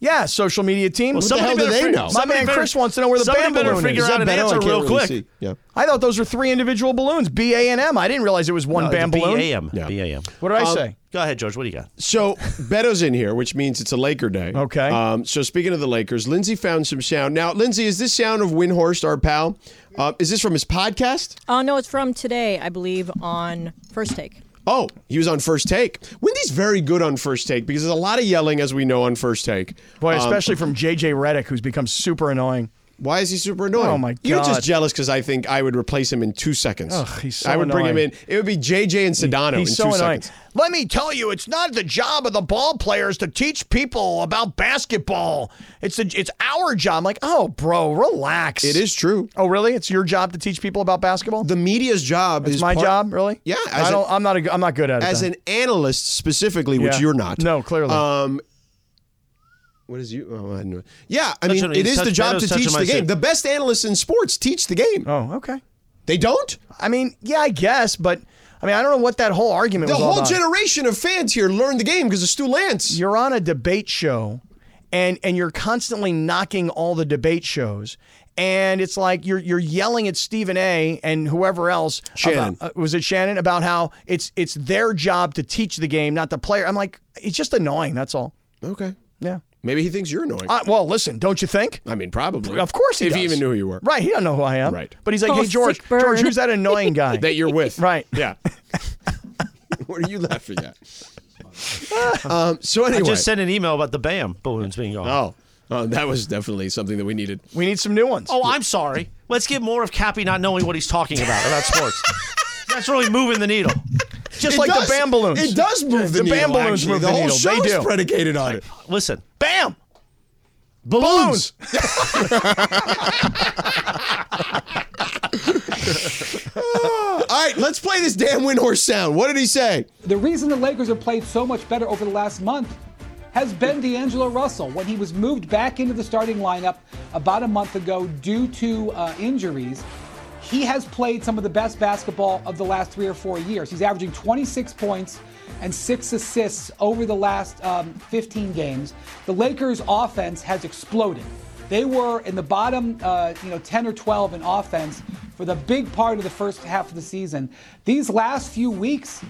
Speaker 4: Yeah, social media team.
Speaker 2: the hell do
Speaker 1: better
Speaker 2: they
Speaker 1: fig-
Speaker 2: know? My
Speaker 1: somebody
Speaker 4: man Chris wants to know where the
Speaker 1: somebody
Speaker 4: BAM
Speaker 1: better
Speaker 4: balloon
Speaker 1: figure
Speaker 4: is.
Speaker 1: out an
Speaker 2: better? I
Speaker 1: answer
Speaker 2: can't
Speaker 1: real
Speaker 2: really
Speaker 1: quick.
Speaker 2: see. Yeah.
Speaker 4: I thought those were three individual balloons. B A N M. I didn't realize it was one
Speaker 1: No,
Speaker 4: bam
Speaker 1: Uh, the
Speaker 4: balloon.
Speaker 1: BAM.
Speaker 2: Yeah.
Speaker 1: BAM.
Speaker 4: What did I
Speaker 2: Um,
Speaker 4: say?
Speaker 1: Go ahead, George. What do you got?
Speaker 2: So *laughs* Beto's in here, which means it's a Laker day.
Speaker 4: Okay.
Speaker 2: Um, so speaking of the Lakers, Lindsay found some sound. Now, Lindsay, is this sound of Windhorst, our pal? Uh, is this from his podcast?
Speaker 3: Oh no, it's from today, I believe, on First Take.
Speaker 2: Oh, he was on First Take. Wendy's very good on First Take because there's a lot of yelling, as we know, on First Take.
Speaker 4: Boy,
Speaker 2: Um,
Speaker 4: especially from JJ Reddick, who's become super annoying.
Speaker 2: Why is he super annoying?
Speaker 4: Oh, my
Speaker 2: You're
Speaker 4: God.
Speaker 2: just jealous because I think I would replace him in two seconds.
Speaker 4: Ugh, he's so
Speaker 2: I would bring him
Speaker 4: annoying.
Speaker 2: in. It would be JJ and Sedano Oh, in
Speaker 4: He's so
Speaker 2: two
Speaker 4: annoying.
Speaker 2: seconds.
Speaker 4: Let me tell you, it's not the job of the ball players to teach people about basketball. It's a, it's our job. I'm like, oh, bro, relax.
Speaker 2: It is true.
Speaker 4: Oh, really? It's your job to teach people about basketball.
Speaker 2: The media's job
Speaker 4: It's
Speaker 2: is
Speaker 4: my
Speaker 2: part-
Speaker 4: job, really.
Speaker 2: Yeah, as
Speaker 4: I
Speaker 2: a-
Speaker 4: don't. i I'm not. A, I'm not good at it.
Speaker 2: as
Speaker 4: then.
Speaker 2: an analyst specifically, which
Speaker 4: Yeah.
Speaker 2: you're not.
Speaker 4: No, clearly.
Speaker 2: Um, what is you? Oh, I know. Yeah, I mean,
Speaker 1: on it.
Speaker 2: it
Speaker 1: He's
Speaker 2: is the
Speaker 1: touch-
Speaker 2: job
Speaker 1: Beto's
Speaker 2: to teach
Speaker 1: touching my
Speaker 2: the game.
Speaker 1: suit.
Speaker 2: The best analysts in sports teach the game.
Speaker 4: oh, okay.
Speaker 2: They don't.
Speaker 4: I mean, yeah, I guess, but I mean, I don't know what that whole argument
Speaker 2: The
Speaker 4: was all
Speaker 2: whole
Speaker 4: about.
Speaker 2: generation of fans here learned the game because of Stu Lance.
Speaker 4: you're on a debate show and and you're constantly knocking all the debate shows and it's like you're you're yelling at Stephen A and whoever else
Speaker 2: Shannon.
Speaker 4: about- uh, was it Shannon about how it's it's their job to teach the game not the player I'm like it's just annoying that's all
Speaker 2: Okay.
Speaker 4: yeah
Speaker 2: Maybe he thinks you're annoying.
Speaker 4: uh, well listen don't you think
Speaker 2: I mean, probably.
Speaker 4: of course he
Speaker 2: If he
Speaker 4: does.
Speaker 2: even knew who you were.
Speaker 4: right he don't know who I am
Speaker 2: Right.
Speaker 4: but he's like
Speaker 3: Oh,
Speaker 4: hey George
Speaker 3: sick bird.
Speaker 4: George who's that annoying guy
Speaker 2: *laughs* That you're with.
Speaker 4: right *laughs*
Speaker 2: Yeah. what are you laughing at? um, so anyway.
Speaker 1: I just sent an email about the BAM balloons being gone.
Speaker 2: oh, oh, that was definitely something that we needed.
Speaker 4: we need some new ones
Speaker 1: Oh, I'm sorry. Let's get more of Cappy not knowing what he's talking about about sports. That's really moving the needle.
Speaker 4: just
Speaker 2: It
Speaker 4: like
Speaker 2: does-
Speaker 4: the bam balloons
Speaker 2: It does move
Speaker 4: the
Speaker 2: the, needle.
Speaker 4: bam balloons
Speaker 2: actually.
Speaker 4: move
Speaker 2: the
Speaker 4: the
Speaker 2: whole
Speaker 4: needle. They
Speaker 2: Show's
Speaker 4: do.
Speaker 2: predicated on it.
Speaker 1: Listen,
Speaker 4: bam
Speaker 2: Balloons. *laughs* All right, let's play this damn Windhorse sound. What did he say?
Speaker 9: The reason the Lakers have played so much better over the last month has been D'Angelo Russell when he was moved back into the starting lineup about a month ago due to uh, injuries. He has played some of the best basketball of the last three or four years. He's averaging 26 points and six assists over the last um, 15 games. The Lakers' offense has exploded. They were in the bottom, uh, you know, 10 or 12 in offense for the big part of the first half of the season. These last few weeks,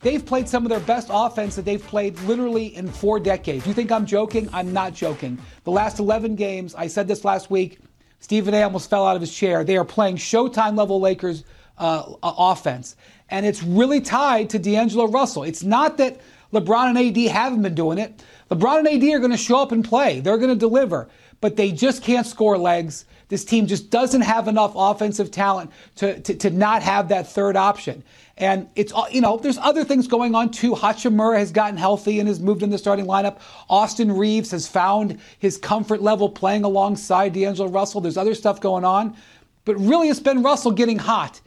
Speaker 9: They've played some of their best offense that they've played literally in four decades. You think I'm joking? I'm not joking. The last 11 games, I said this last week, Stephen A almost fell out of his chair. They are playing Showtime level Lakers uh, uh, offense. And it's really tied to D'Angelo Russell. It's not that LeBron and AD haven't been doing it. LeBron and AD are going to show up and play, they're going to deliver, but they just can't score legs. This team just doesn't have enough offensive talent to, to, to not have that third option. And it's, all you know, there's other things going on too. Hachimura has gotten healthy and has moved in the starting lineup. Austin Reeves has found his comfort level playing alongside D'Angelo Russell. There's other stuff going on. But really, it's been Russell getting hot.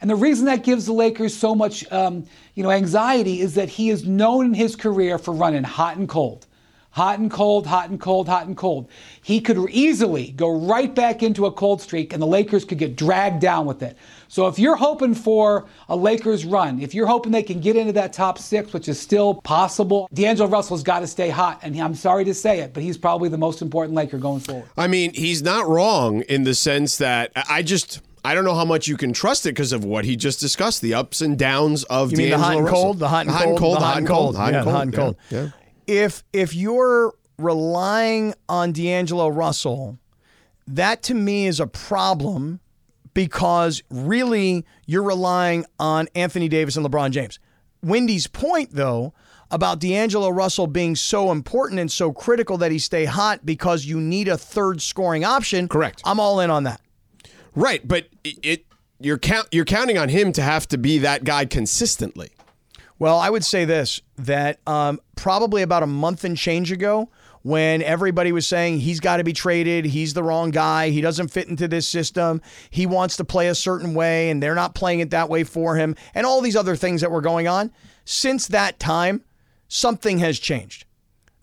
Speaker 9: And the reason that gives the Lakers so much, um, you know, anxiety is that he is known in his career for running hot and cold, hot and cold, hot and cold, hot and cold. He could easily go right back into a cold streak, and the Lakers could get dragged down with it. So if you're hoping for a Lakers run, if you're hoping they can get into that top six, which is still possible, D'Angelo Russell's got to stay hot. And I'm sorry to say it, but he's probably the most important Laker going forward.
Speaker 2: I mean, he's not wrong in the sense that I I just I don't know how much you can trust it because of what he just discussed, the ups and downs of
Speaker 4: You mean the
Speaker 2: D'Angelo
Speaker 4: hot and
Speaker 2: Russell.
Speaker 4: cold, the hot and cold,
Speaker 2: the hot and cold, hot
Speaker 4: yeah,
Speaker 2: and
Speaker 4: the
Speaker 2: cold,
Speaker 4: hot and cold.
Speaker 2: Yeah, yeah.
Speaker 4: If if you're relying on D'Angelo Russell, that to me is a problem because really you're relying on Anthony Davis and LeBron James. Wendy's point though about D'Angelo Russell being so important and so critical that he stay hot because you need a third scoring option. Correct. I'm all in on that.
Speaker 2: Right, but it, it you're count you're counting on him to have to be that guy consistently.
Speaker 4: Well, I would say this that um, probably about a month and change ago, when everybody was saying he's got to be traded, he's the wrong guy, he doesn't fit into this system, he wants to play a certain way, and they're not playing it that way for him, and all these other things that were going on. Since that time, something has changed.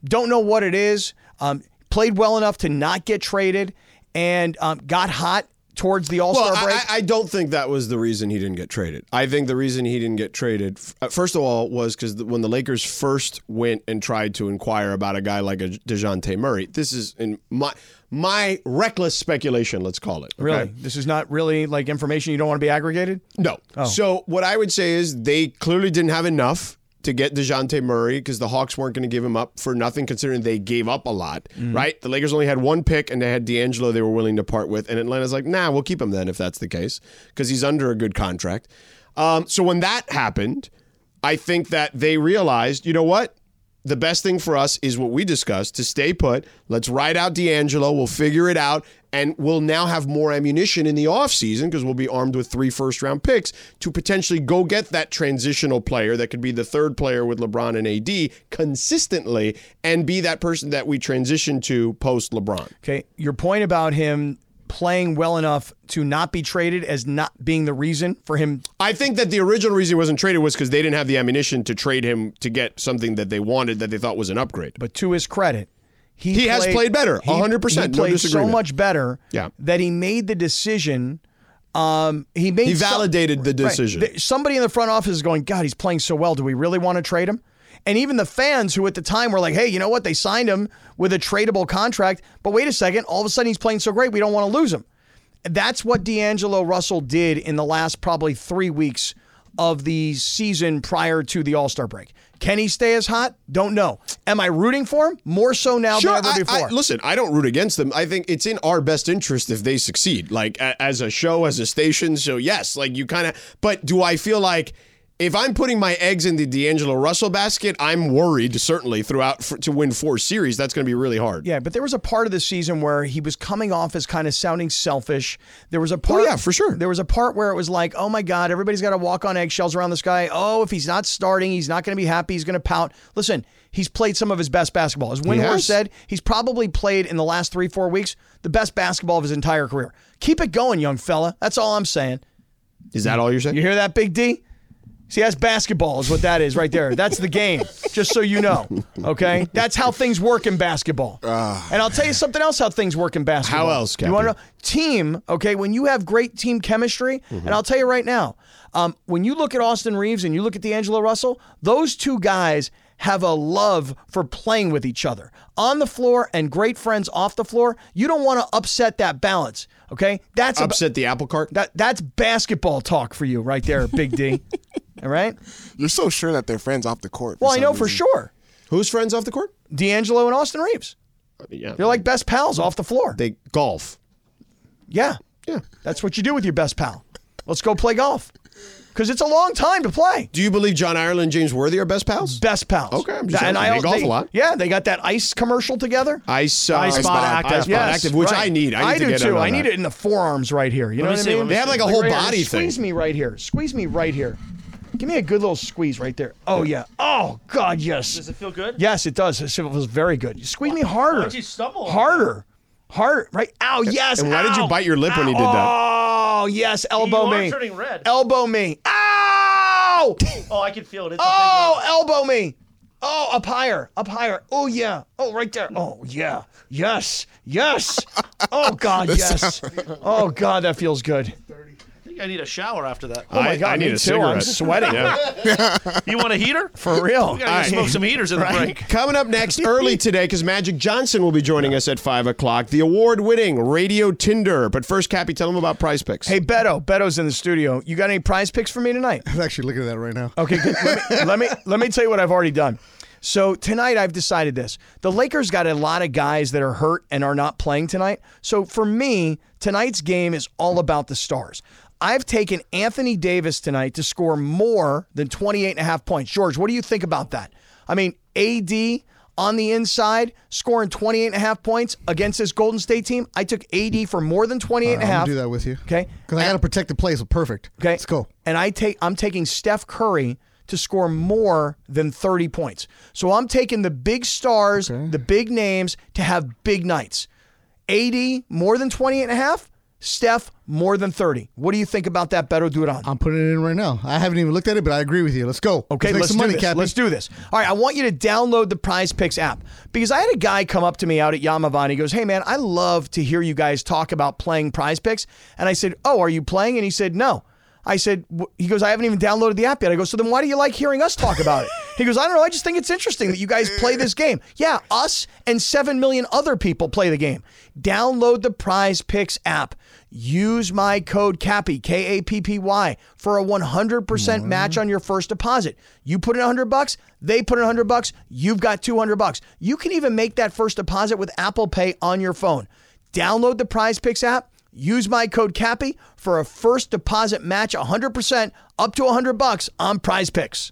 Speaker 4: Don't know what it is. Um, played well enough to not get traded and um, got hot towards the All Star
Speaker 2: well, I-
Speaker 4: break.
Speaker 2: I, I don't think that was the reason he didn't get traded. I think the reason he didn't get traded, f- uh, first of all, was because when the Lakers first went and tried to inquire about a guy like a Dejounte Murray, this is in my my reckless speculation, let's call it. okay?
Speaker 4: Really? This is not really like information you don't want to be aggregated?
Speaker 2: No.
Speaker 4: Oh.
Speaker 2: So what I would say is they clearly didn't have enough to get DeJounte Murray because the Hawks weren't going to give him up for nothing considering they gave up a lot, right? The Lakers only had one pick and they had D'Angelo they were willing to part with. And Atlanta's like, nah, we'll keep him then if that's the case because he's under a good contract. Um, so when that happened, I think that they realized, you know what? The best thing for us is what we discussed to stay put. Let's ride out D'Angelo. We'll figure it out. And we'll now have more ammunition in the offseason because we'll be armed with three first round picks to potentially go get that transitional player that could be the third player with LeBron and AD consistently and be that person that we transition to post LeBron.
Speaker 4: Okay. Your point about him playing well enough to not be traded as not being the reason for him.
Speaker 2: I think that the original reason he wasn't traded was because they didn't have the ammunition to trade him to get something that they wanted that they thought was an upgrade.
Speaker 4: But to his credit, he,
Speaker 2: He has played better,
Speaker 4: he-
Speaker 2: 100%,
Speaker 4: He
Speaker 2: no
Speaker 4: played so
Speaker 2: disagreement.
Speaker 4: much better
Speaker 2: Yeah.
Speaker 4: that he made the decision. Um, he made
Speaker 2: He
Speaker 4: some-
Speaker 2: validated the
Speaker 4: Right.
Speaker 2: decision.
Speaker 4: Th- Somebody in the front office is going, God, he's playing so well. Do we really want to trade him? And even the fans who at the time were like, hey, you know what? They signed him with a tradable contract, but wait a second. All of a sudden he's playing so great, we don't want to lose him. That's what D'Angelo Russell did in the last probably three weeks of the season prior to the All Star break. Can he stay as hot? Don't know. Am I rooting for him? More so now than
Speaker 2: I-
Speaker 4: ever
Speaker 2: I-
Speaker 4: before.
Speaker 2: listen, I don't root against them. I think it's in our best interest if they succeed, like a, as a show, as a station. So yes, like you kind of. But do I feel like if I'm putting my eggs in the D'Angelo Russell basket, I'm worried certainly throughout for, to win four series. That's going to be really hard.
Speaker 4: Yeah, but there was a part of the season where he was coming off as kind of sounding selfish. There was a part,
Speaker 2: Oh, yeah, for sure.
Speaker 4: There was a part where it was like, oh my God, everybody's got to walk on eggshells around this guy. Oh, if he's not starting, he's not going to be happy. He's going to pout. Listen, he's played some of his best basketball. As Windhorst
Speaker 2: has.
Speaker 4: said, he's probably played in the last three, four weeks the best basketball of his entire career. Keep it going, young fella. That's all I'm saying.
Speaker 2: Is that all you're
Speaker 4: You
Speaker 2: saying?
Speaker 4: hear that, Big D? See, that's basketball is what that is right there. That's the game, just so you know. Okay? That's how things work in basketball. and I'll tell you something else how things work in basketball.
Speaker 2: Ah. How else,
Speaker 4: You want to
Speaker 2: Cappy?
Speaker 4: know? Team, okay, when you have great team chemistry,
Speaker 2: Mm-hmm.
Speaker 4: and I'll tell you right now, um, when you look at Austin Reeves and you look at D'Angelo Russell, those two guys have a love for playing with each other on the floor and great friends off the floor. You don't want to upset that balance, okay? That's about-
Speaker 2: Upset the apple cart.
Speaker 4: that that's basketball talk for you right there, Big
Speaker 2: *laughs*
Speaker 4: D. All right.
Speaker 5: You're so sure that they're friends off the court.
Speaker 4: Well, I
Speaker 5: some
Speaker 4: know for
Speaker 5: reason.
Speaker 4: sure.
Speaker 2: Who's friends off the court?
Speaker 4: D'Angelo and Austin Reeves.
Speaker 2: Yeah,
Speaker 4: They're like best pals off the floor.
Speaker 2: they golf.
Speaker 4: yeah.
Speaker 2: Yeah.
Speaker 4: That's what you do with your best pal. Let's go play golf. Because it's a long time to play.
Speaker 2: Do you believe John Ireland and James Worthy are best pals?
Speaker 4: Best pals.
Speaker 2: Okay, I'm just asking. They golf a lot.
Speaker 4: Yeah, they got that ice commercial together.
Speaker 2: Ice, uh,
Speaker 1: Ice Spot Active.
Speaker 2: Ice Spot
Speaker 1: Yes,
Speaker 2: active, which
Speaker 4: Right.
Speaker 2: I need. I, need to
Speaker 4: do
Speaker 2: get in
Speaker 4: too.
Speaker 2: on
Speaker 4: I need
Speaker 2: that.
Speaker 4: it in the forearms right here. You know
Speaker 1: me
Speaker 4: what
Speaker 1: see,
Speaker 4: I
Speaker 1: let
Speaker 4: mean?
Speaker 1: me They have, see.
Speaker 2: like, a whole
Speaker 4: right here.
Speaker 2: body
Speaker 4: Squeeze
Speaker 2: thing.
Speaker 4: me right here. Squeeze me right here. Give me a good little squeeze right there. Oh yeah. Oh God, yes.
Speaker 1: Does it feel good?
Speaker 4: Yes, it does. It feels very good. You squeeze me harder.
Speaker 1: why'd you stumble on
Speaker 4: Harder. Harder. Right. Ow, yes.
Speaker 2: and why did you
Speaker 4: ow,
Speaker 2: bite your lip when he did
Speaker 4: ow. Oh, yes. Elbow
Speaker 1: are
Speaker 4: me.
Speaker 1: turning red.
Speaker 4: Elbow me. Ow!
Speaker 1: Oh, I can feel it. It's a big
Speaker 4: Oh,
Speaker 1: moment.
Speaker 4: elbow me. Oh, up higher. Up higher. Oh, yeah. Oh, right there. Oh, yeah. Yes. Yes. Oh, God, yes. Oh, God, that feels good.
Speaker 1: I think I need a shower after that.
Speaker 4: Oh, my
Speaker 2: I-
Speaker 4: God.
Speaker 2: I need
Speaker 4: me
Speaker 2: a
Speaker 4: too. I'm
Speaker 2: cigarette.
Speaker 4: sweating.
Speaker 1: You want a heater?
Speaker 4: For real.
Speaker 1: We gotta go smoke some heaters in the break.
Speaker 2: *laughs* Coming up next early today, because Magic Johnson will be joining us at 5 o'clock, the award winning Radio Tinder. But first, Cappy, tell them about Prize Picks.
Speaker 4: Hey, Beto. Beto's in the studio. You got any prize picks for me tonight?
Speaker 5: I'm actually looking at that right now.
Speaker 4: Okay, good. Let, me, let me let me tell you what I've already done. So tonight I've decided this. The Lakers got a lot of guys that are hurt and are not playing tonight. So for me, tonight's game is all about the stars. I've taken Anthony Davis tonight to score more than 28 and a half points. George, what do you think about that? I mean, AD on the inside scoring 28 and a half points against this Golden State team. I took AD for more than 28
Speaker 5: I'm
Speaker 4: and a
Speaker 5: gonna
Speaker 4: half.
Speaker 5: do that with you.
Speaker 4: Okay.
Speaker 5: Because I got to protect the play, so perfect.
Speaker 4: Okay.
Speaker 5: Let's go.
Speaker 4: And I take I'm taking Steph Curry to score more than 30 points. So I'm taking the big stars, the big names to have big nights. AD more than 20 and a half, Steph more than 30. What do you think about that Beto Duran?
Speaker 5: I'm putting it in right now. I haven't even looked at it, but I agree with you. Let's go.
Speaker 4: Okay,
Speaker 5: let's make
Speaker 4: let's
Speaker 5: some
Speaker 4: do
Speaker 5: money,
Speaker 4: this.
Speaker 5: Cappy.
Speaker 4: Let's do this. All right, I want you to download the Prize Picks app because I had a guy come up to me out at Yamavan. He goes, "Hey man, I love to hear you guys talk about playing Prize Picks." And I said, "Oh, are you playing?" And he said, "No." I said, "W-" he goes, I haven't even downloaded the app yet. I go, so then why do you like hearing us talk about it? *laughs* He goes, I don't know. I just think it's interesting that you guys play this game. Yeah, us and 7 million other people play the game. Download the Prize Picks app. Use my code CAPPY, K A P P Y, for a 100% match on your first deposit. You put in 100 bucks, they put in 100 bucks, you've got 200 bucks. You can even make that first deposit with Apple Pay on your phone. Download the Prize Picks app. Use my code CAPPY for a first deposit match 100% up to 100 bucks on Prize Picks.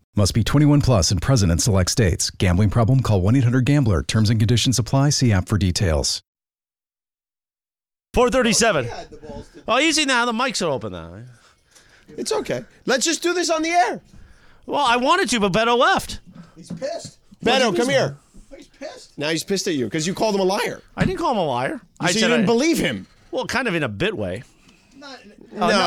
Speaker 7: Must be 21 plus and present in select states. Gambling problem? Call 1 800 Gambler. Terms and conditions apply. See app for details.
Speaker 1: 437. Oh, easy now. The mics are open now.
Speaker 2: It's okay. Let's just do this on the air.
Speaker 1: Well, I wanted to, but Beto left.
Speaker 2: He's pissed. Beto, come here. He's pissed. Now he's pissed at you because you called him a liar.
Speaker 1: I didn't call him a liar.
Speaker 2: You
Speaker 1: I
Speaker 2: said you didn't
Speaker 1: I-
Speaker 2: believe him.
Speaker 1: Well, kind of in a bit way.
Speaker 2: No,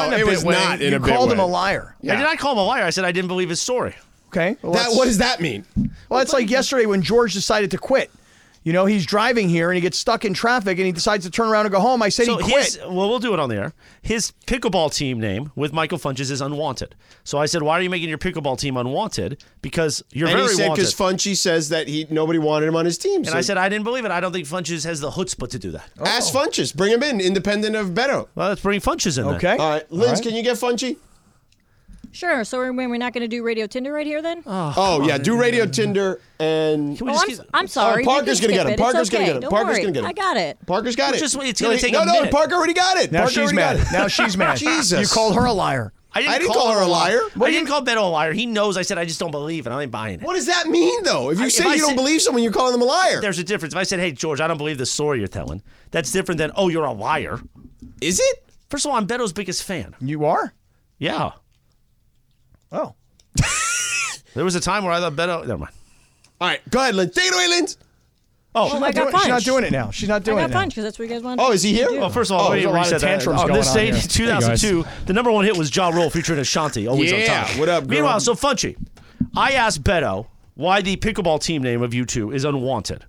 Speaker 2: it was not in
Speaker 4: you
Speaker 2: a bit
Speaker 4: called
Speaker 2: way.
Speaker 4: him a liar.
Speaker 1: I did not call him a liar. I said I didn't believe his story.
Speaker 4: Okay. Well,
Speaker 2: That,
Speaker 4: that's-
Speaker 2: what does that mean?
Speaker 4: well, that's like yesterday when George decided to quit. You know, he's driving here and he gets stuck in traffic and he decides to turn around and go home. I said
Speaker 1: So
Speaker 4: he
Speaker 1: his
Speaker 4: quit.
Speaker 1: well, we'll do it on the air. His pickleball team name with Michael Funches is unwanted. So I said, why are you making your pickleball team unwanted? Because you're
Speaker 2: and
Speaker 1: very
Speaker 2: he said
Speaker 1: wanted.
Speaker 2: because Funchy says that he nobody wanted him on his team.
Speaker 1: and
Speaker 2: so
Speaker 1: I said I didn't believe it. I don't think Funches has the chutzpah to do that.
Speaker 2: ask Funches, bring him in, independent of Beto.
Speaker 1: Well, let's bring Funches in. then.
Speaker 4: Okay.
Speaker 2: All right, Linz, can you get Funchy?
Speaker 3: Sure. So we're, we're not going to do Radio Tinder right here then?
Speaker 2: Oh, yeah, do Radio Tinder and
Speaker 1: Can we
Speaker 3: oh,
Speaker 1: just
Speaker 3: I'm,
Speaker 1: get-
Speaker 3: I'm sorry.
Speaker 2: Oh, Parker's
Speaker 3: going
Speaker 2: gonna
Speaker 3: to
Speaker 2: get him. Parker's gonna get him.
Speaker 3: Don't
Speaker 2: Parker's
Speaker 3: worry.
Speaker 2: gonna get him.
Speaker 3: I got it.
Speaker 2: Parker's got it.
Speaker 1: just- it's
Speaker 2: no,
Speaker 1: gonna
Speaker 2: he-
Speaker 1: take a
Speaker 2: no, no,
Speaker 1: minute.
Speaker 2: Parker already got it.
Speaker 4: Now
Speaker 2: Parker
Speaker 4: she's
Speaker 2: already
Speaker 4: mad.
Speaker 2: Got it.
Speaker 4: Now she's mad.
Speaker 2: *laughs* Jesus.
Speaker 4: You called her a liar.
Speaker 2: I didn't call her a liar.
Speaker 1: I didn't call Beto a liar. He knows. I said I just don't believe it. I ain't buying it.
Speaker 2: What does that mean, though? If you
Speaker 1: I-
Speaker 2: say
Speaker 1: if I
Speaker 2: you don't
Speaker 1: say-
Speaker 2: believe someone, you're calling them a liar.
Speaker 1: There's a difference. If I said, "Hey George, I don't believe the story you're telling," that's different than, "Oh, you're a liar."
Speaker 2: Is it?
Speaker 1: First of all, I'm Beto's biggest fan.
Speaker 4: You are?
Speaker 1: Yeah.
Speaker 4: Oh.
Speaker 1: *laughs* There was a time where I thought Beto. Never mind.
Speaker 2: All right, go ahead, Linz. Take it away, Linz.
Speaker 3: Oh, I got
Speaker 4: Doing- She's not
Speaker 3: punched.
Speaker 4: doing it now. She's not doing
Speaker 3: I
Speaker 4: it
Speaker 3: got
Speaker 4: now.
Speaker 3: punched because that's what you guys wanted.
Speaker 2: Oh, is he
Speaker 3: to
Speaker 2: here?
Speaker 3: do.
Speaker 1: Well, first of all,
Speaker 4: Oh,
Speaker 1: we
Speaker 4: there's a lot of
Speaker 1: reset that.
Speaker 4: tantrums
Speaker 1: on this
Speaker 4: going
Speaker 1: stage
Speaker 4: on
Speaker 1: in 2002, the number one hit was Ja Rule featuring Ashanti, always
Speaker 2: Yeah,
Speaker 1: on top.
Speaker 2: what up, girl?
Speaker 1: Meanwhile, so Funchy, I asked Beto why the pickleball team name of you two is unwanted.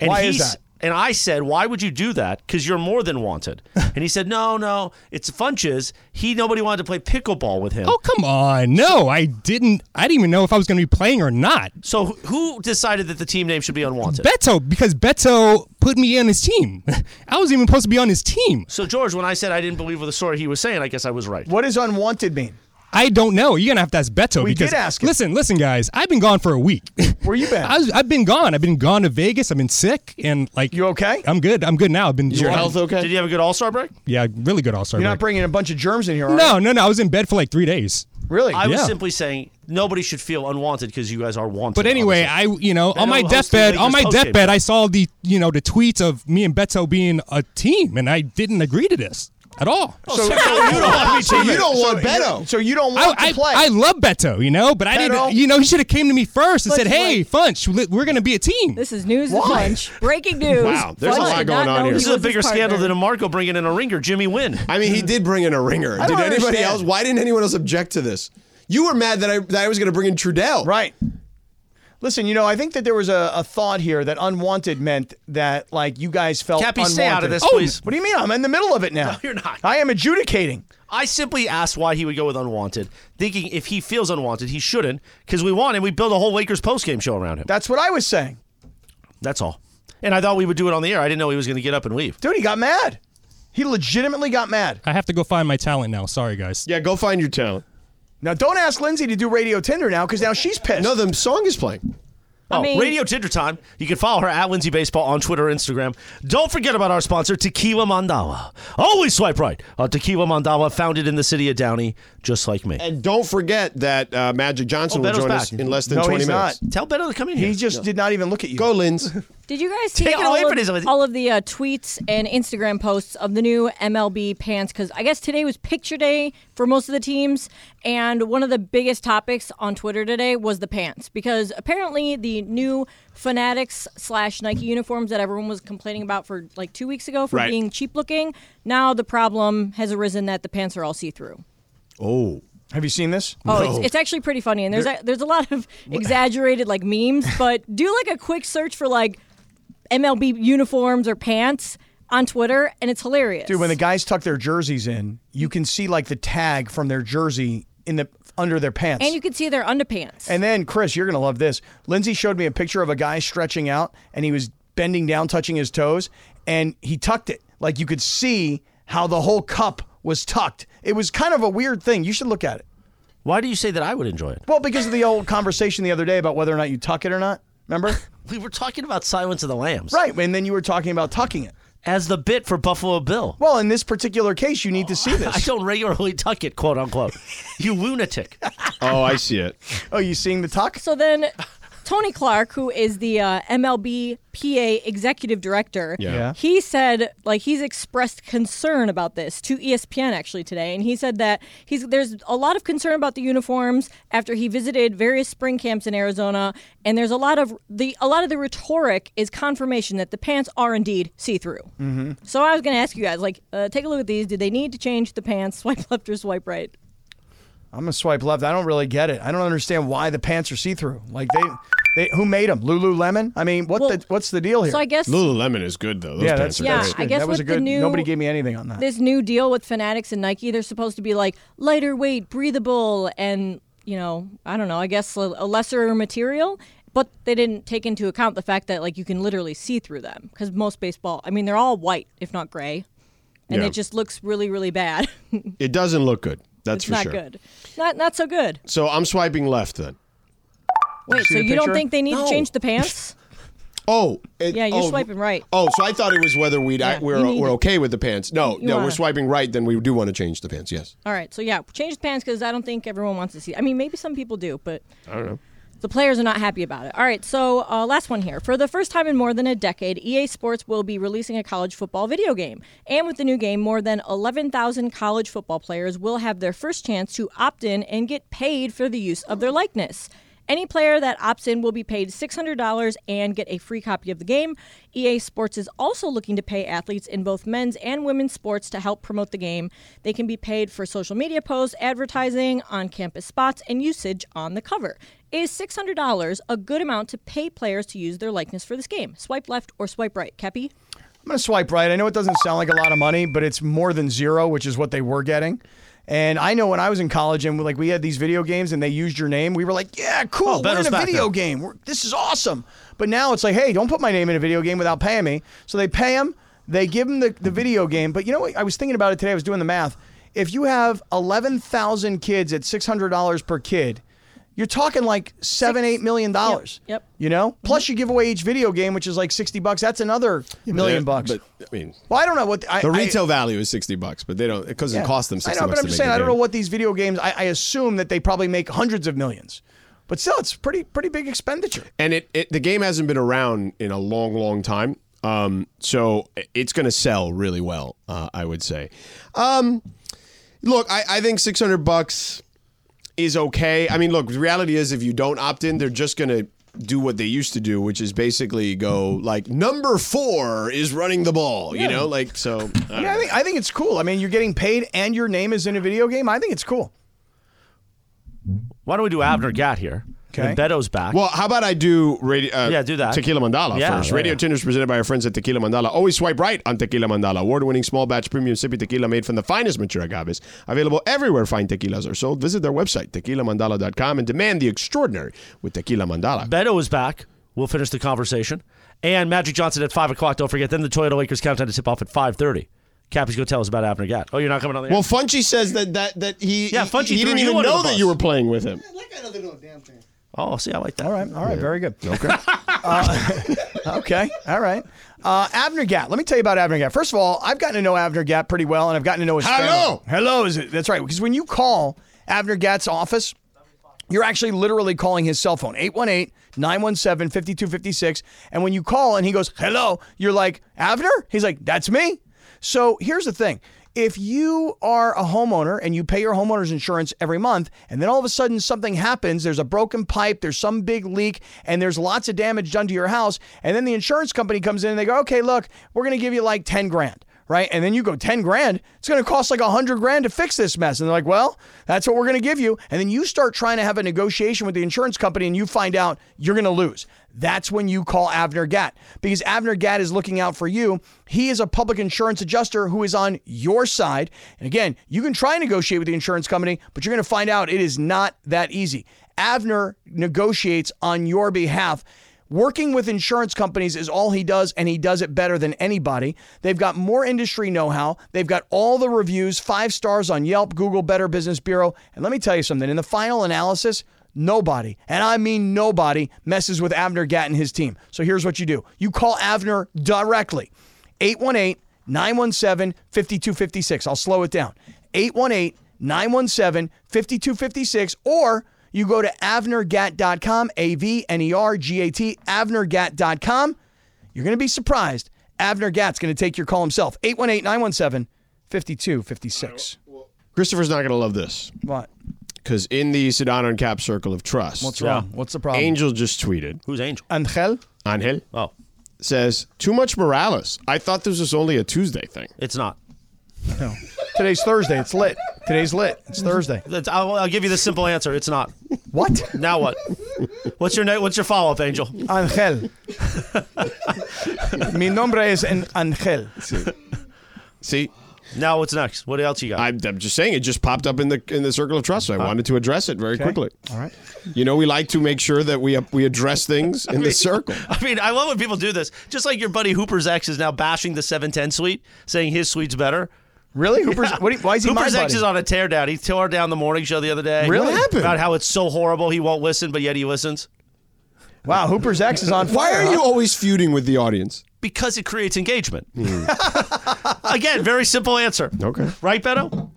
Speaker 1: And
Speaker 4: Why
Speaker 1: he
Speaker 4: is
Speaker 1: s-
Speaker 4: that?
Speaker 1: And I said, why would you do that? Because you're more than
Speaker 4: *laughs*
Speaker 1: wanted. and he said, no, no, it's Funches. He nobody wanted to play pickleball with him.
Speaker 10: Oh come on! No, I didn't. I didn't even know if I was going to be playing or not.
Speaker 1: So wh- who decided that the team name should be unwanted?
Speaker 10: Beto, because Beto put me on his team. *laughs* I was even supposed to be on his team.
Speaker 1: so George, when I said I didn't believe the story he was saying, I guess I was right.
Speaker 4: What does unwanted mean?
Speaker 10: I don't know. You're gonna have to ask Beto.
Speaker 4: We
Speaker 10: because,
Speaker 4: did ask him.
Speaker 10: Listen, listen, guys. I've been gone for a week. *laughs*
Speaker 4: Where you been?
Speaker 10: I was, I've been gone. I've been gone to Vegas. I've been sick and like.
Speaker 4: You okay?
Speaker 10: I'm good. I'm good now. I've been.
Speaker 2: Is your health okay?
Speaker 1: Did you have a good All Star break?
Speaker 10: Yeah, really good. All star.
Speaker 4: You're not bringing a bunch of germs in here, are
Speaker 10: No,
Speaker 4: you?
Speaker 10: no, no. I was in bed for like three days.
Speaker 4: Really?
Speaker 1: I was
Speaker 10: Yeah.
Speaker 1: simply saying nobody should feel unwanted because you guys are wanted.
Speaker 10: But anyway,
Speaker 1: obviously.
Speaker 10: I you know on my
Speaker 1: hosted
Speaker 10: deathbed,
Speaker 1: Lakers
Speaker 10: on my
Speaker 1: postgame.
Speaker 10: deathbed, I saw the you know the tweets of me and Beto being a team, and I didn't agree to this at all.
Speaker 4: Oh, so, so
Speaker 1: you don't want me
Speaker 2: So you don't want Beto.
Speaker 4: So you don't
Speaker 10: I,
Speaker 4: want
Speaker 10: I,
Speaker 4: to play.
Speaker 10: I love Beto, you know, but I
Speaker 4: Beto.
Speaker 10: didn't. You know, he should have came to me first and
Speaker 3: But
Speaker 10: said,
Speaker 3: you're
Speaker 10: "Hey,
Speaker 3: right.
Speaker 10: Funch, li- we're going to be a team."
Speaker 3: This is news and punch. Breaking news.
Speaker 2: Wow, there's a
Speaker 3: Funch
Speaker 2: lot
Speaker 3: did not
Speaker 2: going on
Speaker 3: know
Speaker 2: here.
Speaker 3: he
Speaker 1: This is a
Speaker 3: was his
Speaker 1: bigger scandal
Speaker 3: partner.
Speaker 1: than a Marco bringing in a ringer, Jimmy Wynn.
Speaker 2: I mean, he did bring in a ringer. Did
Speaker 4: don't
Speaker 2: anybody
Speaker 4: understand.
Speaker 2: else? Why didn't anyone else object to this? You were mad that I, that I was going to bring in Trudell.
Speaker 4: Right. Listen, you know, I think that there was a, a thought here that unwanted meant that like you guys felt
Speaker 1: Cappy,
Speaker 4: unwanted.
Speaker 1: stay out of this,
Speaker 4: Oh,
Speaker 1: please.
Speaker 4: What do you mean? I'm in the middle of it now. No,
Speaker 1: you're not.
Speaker 4: I am adjudicating.
Speaker 1: I simply asked why he would go with unwanted, thinking if he feels unwanted, he shouldn't, because we want him. We build a whole Lakers postgame show around him.
Speaker 4: That's what I was saying.
Speaker 1: That's all. And I thought we would do it on the air. I didn't know he was going to get up and leave.
Speaker 4: Dude, he got mad. He legitimately got mad.
Speaker 10: I have to go find my talent now. Sorry, guys.
Speaker 2: Yeah, go find your talent.
Speaker 4: Now, don't ask Lindsay to do Radio Tinder now because now she's pissed.
Speaker 2: No, the song is playing.
Speaker 1: Oh,
Speaker 4: I mean-
Speaker 1: Radio Tinder time. You can follow her at Lindsay Baseball on Twitter or Instagram. Don't forget about our sponsor, Tequila Mandawa. Always swipe right on Tequila Mandawa, founded in the city of Downey, just like me.
Speaker 2: And don't forget that uh, Magic Johnson
Speaker 1: Oh,
Speaker 2: will
Speaker 1: Beto's
Speaker 2: join
Speaker 1: back.
Speaker 2: us in less than
Speaker 1: No,
Speaker 2: 20
Speaker 1: he's
Speaker 2: minutes.
Speaker 1: Tell Beto to come in
Speaker 4: He just did not even look at you.
Speaker 2: Go, Linz.
Speaker 3: Did you guys
Speaker 1: Take
Speaker 3: see
Speaker 1: it away
Speaker 3: all
Speaker 1: from
Speaker 3: of,
Speaker 1: his-
Speaker 3: all of the uh, tweets and Instagram posts of the new MLB pants? Because I guess today was picture day for most of the teams, and one of the biggest topics on Twitter today was the pants because apparently the new Fanatics slash Nike uniforms that everyone was complaining about for like two weeks ago for
Speaker 2: Right.
Speaker 3: being cheap looking. Now the problem has arisen that the pants are all see through.
Speaker 2: Oh.
Speaker 4: Have you seen this?
Speaker 3: Oh, it's, it's actually pretty funny, and there's a, there's a lot
Speaker 4: *laughs*
Speaker 3: of exaggerated like memes. But do like a quick search for like MLB uniforms or pants on Twitter, and it's hilarious.
Speaker 4: Dude, when the guys tuck their jerseys in, you can see like the tag from their jersey in the under their pants.
Speaker 3: and you can see their underpants.
Speaker 4: And then, Chris, you're going to love this. Lindsay showed me a picture of a guy stretching out and he was bending down, touching his toes, and he tucked it. Like you could see how the whole cup was tucked. It was kind of a weird thing. You should look at it.
Speaker 1: Why do you say that I would enjoy it?
Speaker 4: Well, because of the old conversation the other day about whether or not you tuck it or not.
Speaker 3: *laughs*
Speaker 4: Remember?
Speaker 1: We were talking about Silence of the Lambs.
Speaker 4: right. And then you were talking about tucking it.
Speaker 1: As the bit for Buffalo Bill.
Speaker 4: Well, in this particular case, you need
Speaker 3: *laughs*
Speaker 4: to see
Speaker 1: I
Speaker 4: this.
Speaker 1: don't regularly tuck it, quote unquote. you lunatic.
Speaker 2: Oh, I see it.
Speaker 4: Oh, you seeing the tuck?
Speaker 3: so then Tony Clark, who is the uh, MLB PA executive director,
Speaker 2: Yeah. Yeah.
Speaker 3: he said like he's expressed concern about this to E ESPN actually today, and he said that he's there's a lot of concern about the uniforms after he visited various spring camps in Arizona, and there's a lot of the a lot of the rhetoric is confirmation that the pants are indeed see through.
Speaker 4: Mm-hmm.
Speaker 3: So I was going to ask you guys like uh, take a look at these. Do they need to change the pants? *laughs* Swipe left or swipe right?
Speaker 4: I'm gonna swipe left. I don't really get it. I don't understand why the pants are see through. Like they, they who made them? Lululemon. I mean, what the what's the deal here?
Speaker 3: so I guess-
Speaker 2: Lululemon is good, though. Those
Speaker 4: yeah,
Speaker 2: pants
Speaker 4: that's
Speaker 2: are
Speaker 3: Yeah,
Speaker 4: that's
Speaker 3: I
Speaker 4: good.
Speaker 3: guess
Speaker 4: that was a
Speaker 3: with the
Speaker 4: good.
Speaker 3: new-
Speaker 4: nobody gave me anything on that.
Speaker 3: this new deal with Fanatics and Nike, they're supposed to be like lighter weight, breathable, and you know, I don't know. I guess a, a lesser material, but they didn't take into account the fact that like you can literally see through them because most baseball, I mean, they're all white if not gray, and
Speaker 2: Yeah.
Speaker 3: it just looks really, really bad. *laughs*
Speaker 2: It doesn't look good.
Speaker 3: it's
Speaker 2: That's for
Speaker 3: not
Speaker 2: sure.
Speaker 3: good. Not not so good.
Speaker 2: So I'm swiping left then.
Speaker 3: Wait, so
Speaker 4: see the
Speaker 3: you don't
Speaker 4: picture?
Speaker 3: think they need
Speaker 4: No.
Speaker 3: to change the pants?
Speaker 2: Oh, it-
Speaker 3: yeah, you're
Speaker 2: oh,
Speaker 3: swiping right.
Speaker 2: Oh, so I thought it was whether we'd I,
Speaker 3: you
Speaker 2: we're
Speaker 3: need
Speaker 2: we're
Speaker 3: to-
Speaker 2: okay with the pants. No,
Speaker 3: You
Speaker 2: no,
Speaker 3: wanna-
Speaker 2: we're swiping right. Then we do want to change the pants. Yes.
Speaker 3: All right, so yeah, change the pants because I don't think everyone wants to see. I mean, maybe some people do, but
Speaker 2: I don't know.
Speaker 3: The players are not happy about it. All right, so uh, last one here. For the first time in more than a decade, EA Sports will be releasing a college football video game. And with the new game, more than 11,000 college football players will have their first chance to opt in and get paid for the use of their likeness. Any player that opts in will be paid $600 and get a free copy of the game. EA Sports is also looking to pay athletes in both men's and women's sports to help promote the game. They can be paid for social media posts, advertising, on campus spots, and usage on the cover. Is $600 a good amount to pay players to use their likeness for this game? Swipe left or swipe right, Kepi?
Speaker 4: I'm gonna swipe right. I know it doesn't sound like a lot of money, but it's more than zero, which is what they were getting. And I know when I was in college and like we had these video games and they used your name, we were like, "Yeah, cool,
Speaker 1: Oh,
Speaker 4: we're
Speaker 1: Beto's
Speaker 4: in a
Speaker 1: back
Speaker 4: video
Speaker 1: now.
Speaker 4: game. We're, this is awesome." But now it's like, "Hey, don't put my name in a video game without paying me." So they pay them, they give them the, the video game. But you know what? I was thinking about it today. I was doing the math. If you have eleven thousand kids at six hundred dollars per kid, you're talking like seven, eight million dollars.
Speaker 3: Yep.
Speaker 4: You know,
Speaker 2: Mm-hmm.
Speaker 4: plus you give away each video game, which is like sixty bucks. That's another million bucks.
Speaker 2: But I mean,
Speaker 4: Well, I don't know what I,
Speaker 2: the
Speaker 4: I-
Speaker 2: retail value is sixty bucks, but they don't because
Speaker 4: yeah.
Speaker 2: it costs them
Speaker 4: I
Speaker 2: sixty
Speaker 4: know,
Speaker 2: bucks.
Speaker 4: but I'm just saying I don't know what these video games. I, I assume that they probably make hundreds of millions, but still, it's pretty pretty big expenditure.
Speaker 2: And it, it the game hasn't been around in a long, long time. Um, so it's going to sell really well, uh, I would say. Um, look, I, I think six hundred bucks is okay. I mean, look, the reality is if you don't opt in, they're just going to do what they used to do, which is basically go like number four is running the ball. You know, like so. I
Speaker 4: I,
Speaker 2: don't
Speaker 4: mean, I
Speaker 2: know.
Speaker 4: think I think it's cool. I mean, you're getting paid and your name is in a video game. I think it's cool.
Speaker 1: Why don't we do Abner Gat here?
Speaker 4: Okay.
Speaker 1: And Beto's back.
Speaker 2: Well, how about I do radio? Uh,
Speaker 1: Yeah, do that.
Speaker 2: Tequila Mandala
Speaker 1: Yeah,
Speaker 2: first.
Speaker 1: yeah,
Speaker 2: radio
Speaker 1: yeah.
Speaker 2: Tinder is presented by our friends at Tequila Mandala. Always swipe right on Tequila Mandala, award-winning small batch premium sippy tequila made from the finest mature agaves, available everywhere fine tequilas are sold. Visit their website tequilamandala.com and demand the extraordinary with Tequila Mandala.
Speaker 1: Beto is back. We'll finish the conversation. and Magic Johnson at five o'clock. Don't forget. Then the Toyota Lakers countdown to tip off at five thirty. Cappy's gonna tell us about Abner Gatt. Oh, you're not coming on the air.
Speaker 2: Well, Funchy says that that that he
Speaker 1: Yeah, Funchy
Speaker 2: he, he
Speaker 1: threw
Speaker 2: didn't
Speaker 1: you
Speaker 2: even
Speaker 1: under the
Speaker 2: know that
Speaker 1: bus.
Speaker 2: you were playing with him.
Speaker 1: Oh, see, I like that. All
Speaker 4: right, all right, very good. *laughs* Uh,
Speaker 2: Okay.
Speaker 4: okay. All right. Uh, Abner Gatt. Let me tell you about Abner Gatt. First of all, I've gotten to know Abner Gatt pretty well, and I've gotten to know his
Speaker 2: Hello.
Speaker 4: family. Hello. Is it? That's right. Because when you call Abner Gatt's office, you're actually literally calling his cell phone 818 917 5256. And when you call and he goes, hello, you're like, Abner? He's like, that's me. So here's the thing. If you are a homeowner and you pay your homeowner's insurance every month, and then all of a sudden something happens, there's a broken pipe, there's some big leak, and there's lots of damage done to your house, and then the insurance company comes in and they go, okay, look, we're going to give you like 10 grand right? And then you go 10 grand, it's going to cost like 100 grand to fix this mess. And they're like, well, that's what we're going to give you. And then you start trying to have a negotiation with the insurance company and you find out you're going to lose. That's when you call Avner Gatt because Avner Gatt is looking out for you. He is a public insurance adjuster who is on your side. And again, you can try and negotiate with the insurance company, but you're going to find out it is not that easy. Avner negotiates on your behalf. Working with insurance companies is all he does, and he does it better than anybody. They've got more industry know how. They've got all the reviews, five stars on Yelp, Google, Better Business Bureau. And let me tell you something in the final analysis, nobody, and I mean nobody, messes with Avner Gatt and his team. So here's what you do you call Avner directly, 818 917 5256. I'll slow it down 818 917 5256, or you go to avnergat.com, A V N E R G A T, avnergat.com. You're going to be surprised. Avner Gat's going to take your call himself. 818 917 5256.
Speaker 2: Christopher's not going to love this.
Speaker 4: What?
Speaker 2: Because in the Sedano and Cap circle of trust, um,
Speaker 4: What's wrong? What's the problem?
Speaker 2: Angel just tweeted.
Speaker 1: Who's Angel?
Speaker 4: Angel?
Speaker 2: Angel.
Speaker 1: Oh.
Speaker 2: Says, too much Morales. I thought this was only a Tuesday thing.
Speaker 1: It's not.
Speaker 4: No. Today's Thursday. It's lit. Today's lit. It's Thursday.
Speaker 1: That's- I'll, I'll give you the simple answer. It's not.
Speaker 4: What?
Speaker 1: Now what? What's your na- What's your follow up, Angel?
Speaker 4: Angel. *laughs* Mi nombre es en- Angel.
Speaker 2: See?
Speaker 1: Now what's next? What else you got?
Speaker 2: I'm, I'm just saying it just popped up in the in the circle of trust. So I wanted to address it very quickly.
Speaker 4: All right.
Speaker 2: You know, we like to make sure that we we address things in *laughs* the circle.
Speaker 1: I mean, I love when people do this. Just like your buddy Hooper's ex is now bashing the 710 suite, saying his suite's better.
Speaker 4: Really? Hooper's- what do you- why is he my
Speaker 1: Hooper's ex
Speaker 4: buddy?
Speaker 1: is on a teardown. He tore down the morning show the other day.
Speaker 4: Really? What happened?
Speaker 1: About how it's so horrible he won't listen, but yet he listens.
Speaker 4: Wow, Hooper's ex is on
Speaker 2: Why
Speaker 4: fire.
Speaker 2: are
Speaker 4: huh?
Speaker 2: you always feuding with the audience?
Speaker 1: Because it creates engagement. *laughs* Again, very simple answer.
Speaker 2: Okay.
Speaker 1: Right, Beto?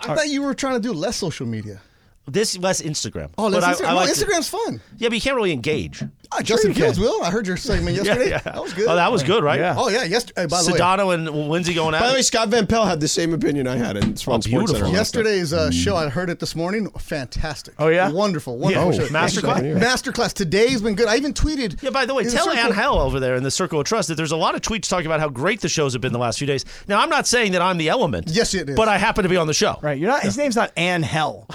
Speaker 5: I thought you were trying to do less social media.
Speaker 1: This less Instagram.
Speaker 5: Oh,
Speaker 1: But I-
Speaker 5: less Instagram.
Speaker 1: I
Speaker 5: No,
Speaker 1: like to-
Speaker 5: Instagram's fun.
Speaker 1: Yeah, but you can't really engage.
Speaker 5: Ah, Justin
Speaker 1: you can.
Speaker 4: *laughs*
Speaker 5: Fields will. I heard your segment yesterday.
Speaker 1: yeah.
Speaker 5: That was good.
Speaker 1: Oh, that was good, right?
Speaker 5: Yeah. Oh yeah. Yesterday. By the way,
Speaker 1: Sedano and Lindsay going out.
Speaker 2: By the way, Scott Van Pelt had the same opinion I had in Swan Sports
Speaker 1: beautiful.
Speaker 2: Center. last night.
Speaker 5: Yesterday's uh, show, I heard it this morning. Fantastic.
Speaker 4: Oh, yeah?
Speaker 5: Wonderful. Wonderful.
Speaker 1: Yeah.
Speaker 10: Oh,
Speaker 5: show.
Speaker 1: Masterclass?
Speaker 5: Masterclass. Today's been good. I even tweeted.
Speaker 1: Yeah, by the way,
Speaker 5: in
Speaker 1: tell
Speaker 5: circle-
Speaker 1: Angel over there in the Circle of Trust that there's a lot of tweets talking about how great the shows have been the last few days. Now, I'm not saying that I'm the element.
Speaker 5: Yes, it is.
Speaker 1: But I happen to be on the show.
Speaker 4: Right, you're not. His name's not
Speaker 5: *laughs*
Speaker 4: Angel.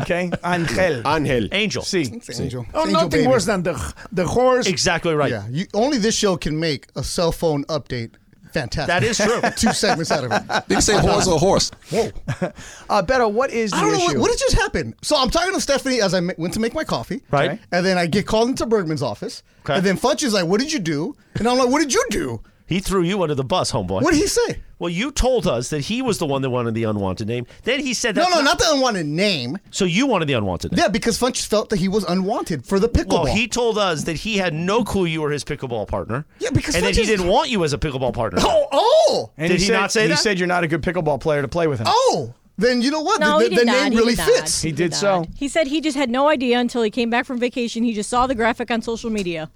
Speaker 4: Okay, Angel.
Speaker 2: Angel.
Speaker 1: Angel.
Speaker 4: See,
Speaker 5: It's Angel. It's
Speaker 11: Oh,
Speaker 5: Angel
Speaker 11: nothing
Speaker 5: baby.
Speaker 11: worse than the the horse.
Speaker 1: Exactly right.
Speaker 5: Yeah. You, only this show can make a cell phone update fantastic.
Speaker 1: That is true.
Speaker 5: Two segments out of it.
Speaker 12: They can say horse or horse.
Speaker 5: Whoa.
Speaker 4: uh, Beto, what is the
Speaker 5: I don't know
Speaker 4: issue?
Speaker 5: what, what did just happen. So I'm talking to Stephanie as I ma- went to make my coffee.
Speaker 1: Right. Okay.
Speaker 5: And then I get called into Bergman's office.
Speaker 1: Okay.
Speaker 5: *laughs* And then Funch is like, "What did you do?" And I'm like, "What did you do?"
Speaker 1: He threw you under the bus, homeboy.
Speaker 5: What did he say?
Speaker 1: Well, you told us that he was the one that wanted the unwanted name. Then he said
Speaker 5: No,
Speaker 1: that's
Speaker 5: no, not the unwanted name.
Speaker 1: So you wanted the unwanted name.
Speaker 5: Yeah, because Funch felt that he was unwanted for the pickleball.
Speaker 1: Well, he told us that he had no clue you were his pickleball partner.
Speaker 5: Yeah, because
Speaker 1: and that
Speaker 5: Fudge
Speaker 1: he
Speaker 5: is-
Speaker 1: didn't want you as a pickleball
Speaker 5: *laughs*
Speaker 1: partner.
Speaker 5: oh, oh,
Speaker 4: And
Speaker 1: Did
Speaker 4: he,
Speaker 1: he
Speaker 4: said,
Speaker 1: not say
Speaker 4: he
Speaker 1: that?
Speaker 4: said you're not a good pickleball player to play with him.
Speaker 5: oh. Then you know what?
Speaker 3: No,
Speaker 5: the
Speaker 3: he
Speaker 5: the-
Speaker 3: did
Speaker 5: the
Speaker 3: not.
Speaker 5: name
Speaker 3: He
Speaker 5: really
Speaker 3: did not.
Speaker 5: fits.
Speaker 4: He did so.
Speaker 3: He said he just had no idea until he came back from vacation. He just saw the graphic on social media.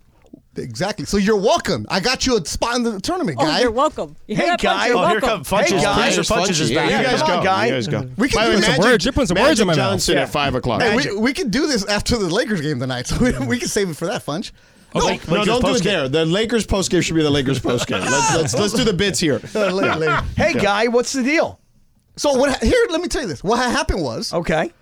Speaker 5: Exactly. So you're welcome. I got you a spot in the tournament,
Speaker 3: Oh,
Speaker 5: guy.
Speaker 3: you're welcome. You hear
Speaker 4: Hey,
Speaker 3: that, Punch?
Speaker 4: guy.
Speaker 3: You're
Speaker 4: Oh,
Speaker 1: here come
Speaker 3: welcome.
Speaker 1: Funches.
Speaker 4: Hey, guys.
Speaker 1: Producer Funches is
Speaker 2: Yeah,
Speaker 1: back.
Speaker 2: you
Speaker 4: Yeah,
Speaker 2: guys
Speaker 4: come on,
Speaker 2: go.
Speaker 4: guy.
Speaker 2: You guys go.
Speaker 5: We can
Speaker 2: By
Speaker 5: do
Speaker 2: the way,
Speaker 5: some
Speaker 2: Magic-
Speaker 10: words. You put some
Speaker 2: Magic
Speaker 10: words in my mouth.
Speaker 2: Johnson
Speaker 4: Yeah.
Speaker 2: at five o'clock.
Speaker 5: Hey, we, we can do this after the Lakers game tonight, *laughs* so we, we can save it for that, Funch.
Speaker 10: Oh.
Speaker 2: No,
Speaker 1: Lake-
Speaker 2: no,
Speaker 1: Lakers
Speaker 2: don't do it
Speaker 1: postgame.
Speaker 2: there. The Lakers post game should be the Lakers post game. Let's, let's let's do the bits here. *laughs*
Speaker 5: Uh, later, later.
Speaker 4: Hey, guy, what's the deal?
Speaker 5: So what? ha- Here, let me tell you this. What ha- happened was
Speaker 4: Okay.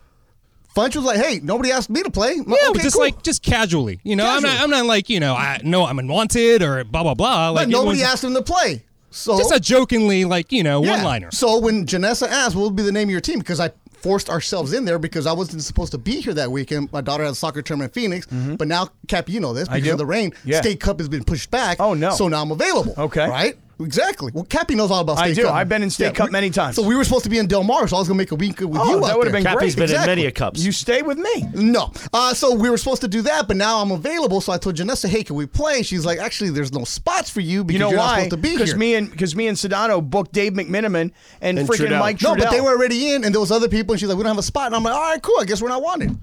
Speaker 5: Funch was like, "Hey, nobody asked me to play." I'm like,
Speaker 10: Yeah, but
Speaker 5: okay,
Speaker 10: just
Speaker 5: cool.
Speaker 10: like just casually, you know. I'm not. I'm not like you know. I no, I'm unwanted or blah blah blah. Like
Speaker 5: but nobody
Speaker 10: everyone's-
Speaker 5: asked him to play. So
Speaker 10: Just a jokingly like you know
Speaker 5: Yeah.
Speaker 10: one liner.
Speaker 5: So when Janessa asked, "What will be the name of your team?" because I forced ourselves in there because I wasn't supposed to be here that weekend. My daughter had a soccer tournament in Phoenix, but now Cap, you know this
Speaker 4: Mm-hmm. I
Speaker 5: because of
Speaker 4: do.
Speaker 5: the rain.
Speaker 4: Yeah.
Speaker 5: State Cup has been pushed back.
Speaker 4: Oh, no.
Speaker 5: So now I'm available.
Speaker 4: Okay.
Speaker 5: right. Exactly. Well, Cappy knows all about
Speaker 4: I
Speaker 5: State
Speaker 4: do.
Speaker 5: Cup.
Speaker 4: I've been in State Cup
Speaker 5: we-
Speaker 4: many times.
Speaker 5: So we were supposed to be in Del Mar, so I was going to make a week with
Speaker 4: Oh,
Speaker 5: you.
Speaker 4: that
Speaker 5: out
Speaker 4: would've
Speaker 5: there.
Speaker 4: been Cappy's great. been in many a
Speaker 1: cups.
Speaker 4: You stay with me.
Speaker 5: No. Uh, so we were supposed to do that, but now I'm available. So I told Janessa, hey, can we play? She's like, actually, there's no spots for you because
Speaker 4: you know why?
Speaker 5: are not supposed to be here.
Speaker 4: Because me and because me and Sedano booked Dave McMiniman and,
Speaker 5: And
Speaker 4: freaking
Speaker 5: Trudell.
Speaker 4: Mike
Speaker 5: No,
Speaker 4: Trudell.
Speaker 5: but they were already in, and there was other people, and she's like, "We don't have a spot." And I'm like, "All right, cool. I guess we're not wanted."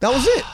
Speaker 5: That was it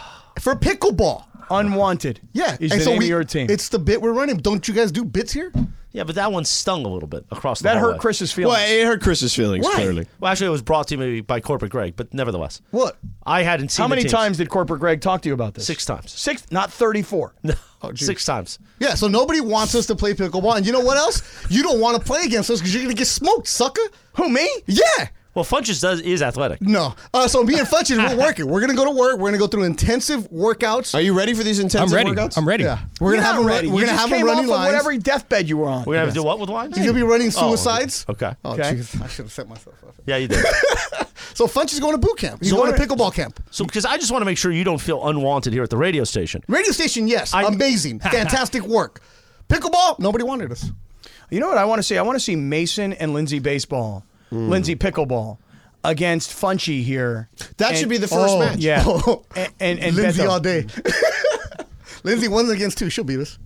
Speaker 5: for pickleball.
Speaker 4: unwanted.
Speaker 5: Yeah,
Speaker 4: is
Speaker 5: and
Speaker 4: the
Speaker 5: so
Speaker 4: name
Speaker 5: we-
Speaker 4: of your team.
Speaker 5: It's the bit we're running. Don't you guys do bits here?
Speaker 1: Yeah, but that one stung a little bit across the
Speaker 4: That hurt
Speaker 1: hallway.
Speaker 4: Chris's feelings. Well, it
Speaker 2: hurt Chris's feelings
Speaker 4: Why?
Speaker 2: clearly.
Speaker 1: Well, actually, it was brought to me by corporate Greg, but nevertheless,
Speaker 5: What?
Speaker 1: I hadn't seen.
Speaker 4: How
Speaker 1: the
Speaker 4: many
Speaker 1: teams.
Speaker 4: times did Corporate Greg talk to you about this?
Speaker 1: Six times.
Speaker 4: Six, not thirty-four.
Speaker 1: *laughs* No, six times.
Speaker 5: Yeah, so nobody wants us to play pickleball, and you know what else? You don't want to play against us because you're gonna get smoked, sucker.
Speaker 4: Who me?
Speaker 5: Yeah.
Speaker 1: Well, Funches does is athletic.
Speaker 5: No. Uh, so me and Fletcher, we're working. We're gonna go to work. We're gonna go through intensive workouts.
Speaker 2: Are you ready for these intensive
Speaker 10: ready. *laughs*
Speaker 2: workouts?
Speaker 10: I'm ready.
Speaker 5: Yeah. We're
Speaker 4: You're
Speaker 5: gonna have
Speaker 4: not
Speaker 5: them.
Speaker 4: ready.
Speaker 5: We're
Speaker 4: You
Speaker 5: gonna
Speaker 4: just
Speaker 5: have them
Speaker 4: came
Speaker 5: running
Speaker 4: off of
Speaker 5: lines.
Speaker 4: whatever deathbed you were on.
Speaker 1: We're gonna have to do what with wine?
Speaker 5: He's gonna be running
Speaker 1: Oh,
Speaker 5: suicides.
Speaker 1: okay.
Speaker 5: Oh,
Speaker 4: Okay.
Speaker 5: jeez, I should have set myself up.
Speaker 1: Yeah, you did. *laughs*
Speaker 5: So Funch is going to boot camp. He's
Speaker 1: So
Speaker 5: going
Speaker 1: what
Speaker 5: to
Speaker 1: are-
Speaker 5: pickleball camp.
Speaker 1: So, because I just want to make sure you don't feel unwanted here at the radio station.
Speaker 5: Radio station, yes,
Speaker 4: *laughs*
Speaker 5: amazing, fantastic work. Pickleball, nobody wanted us.
Speaker 4: You know what I want to see? I want to see Mason and Lindsay baseball,
Speaker 5: Hmm.
Speaker 4: Lindsay pickleball against Funchy here.
Speaker 2: That
Speaker 4: And-
Speaker 2: should be the first
Speaker 4: Oh,
Speaker 5: *laughs*
Speaker 2: match.
Speaker 4: Yeah, and and, and
Speaker 5: Lindsay
Speaker 4: Beto.
Speaker 5: all day. Lindsay one against two, she'll beat us.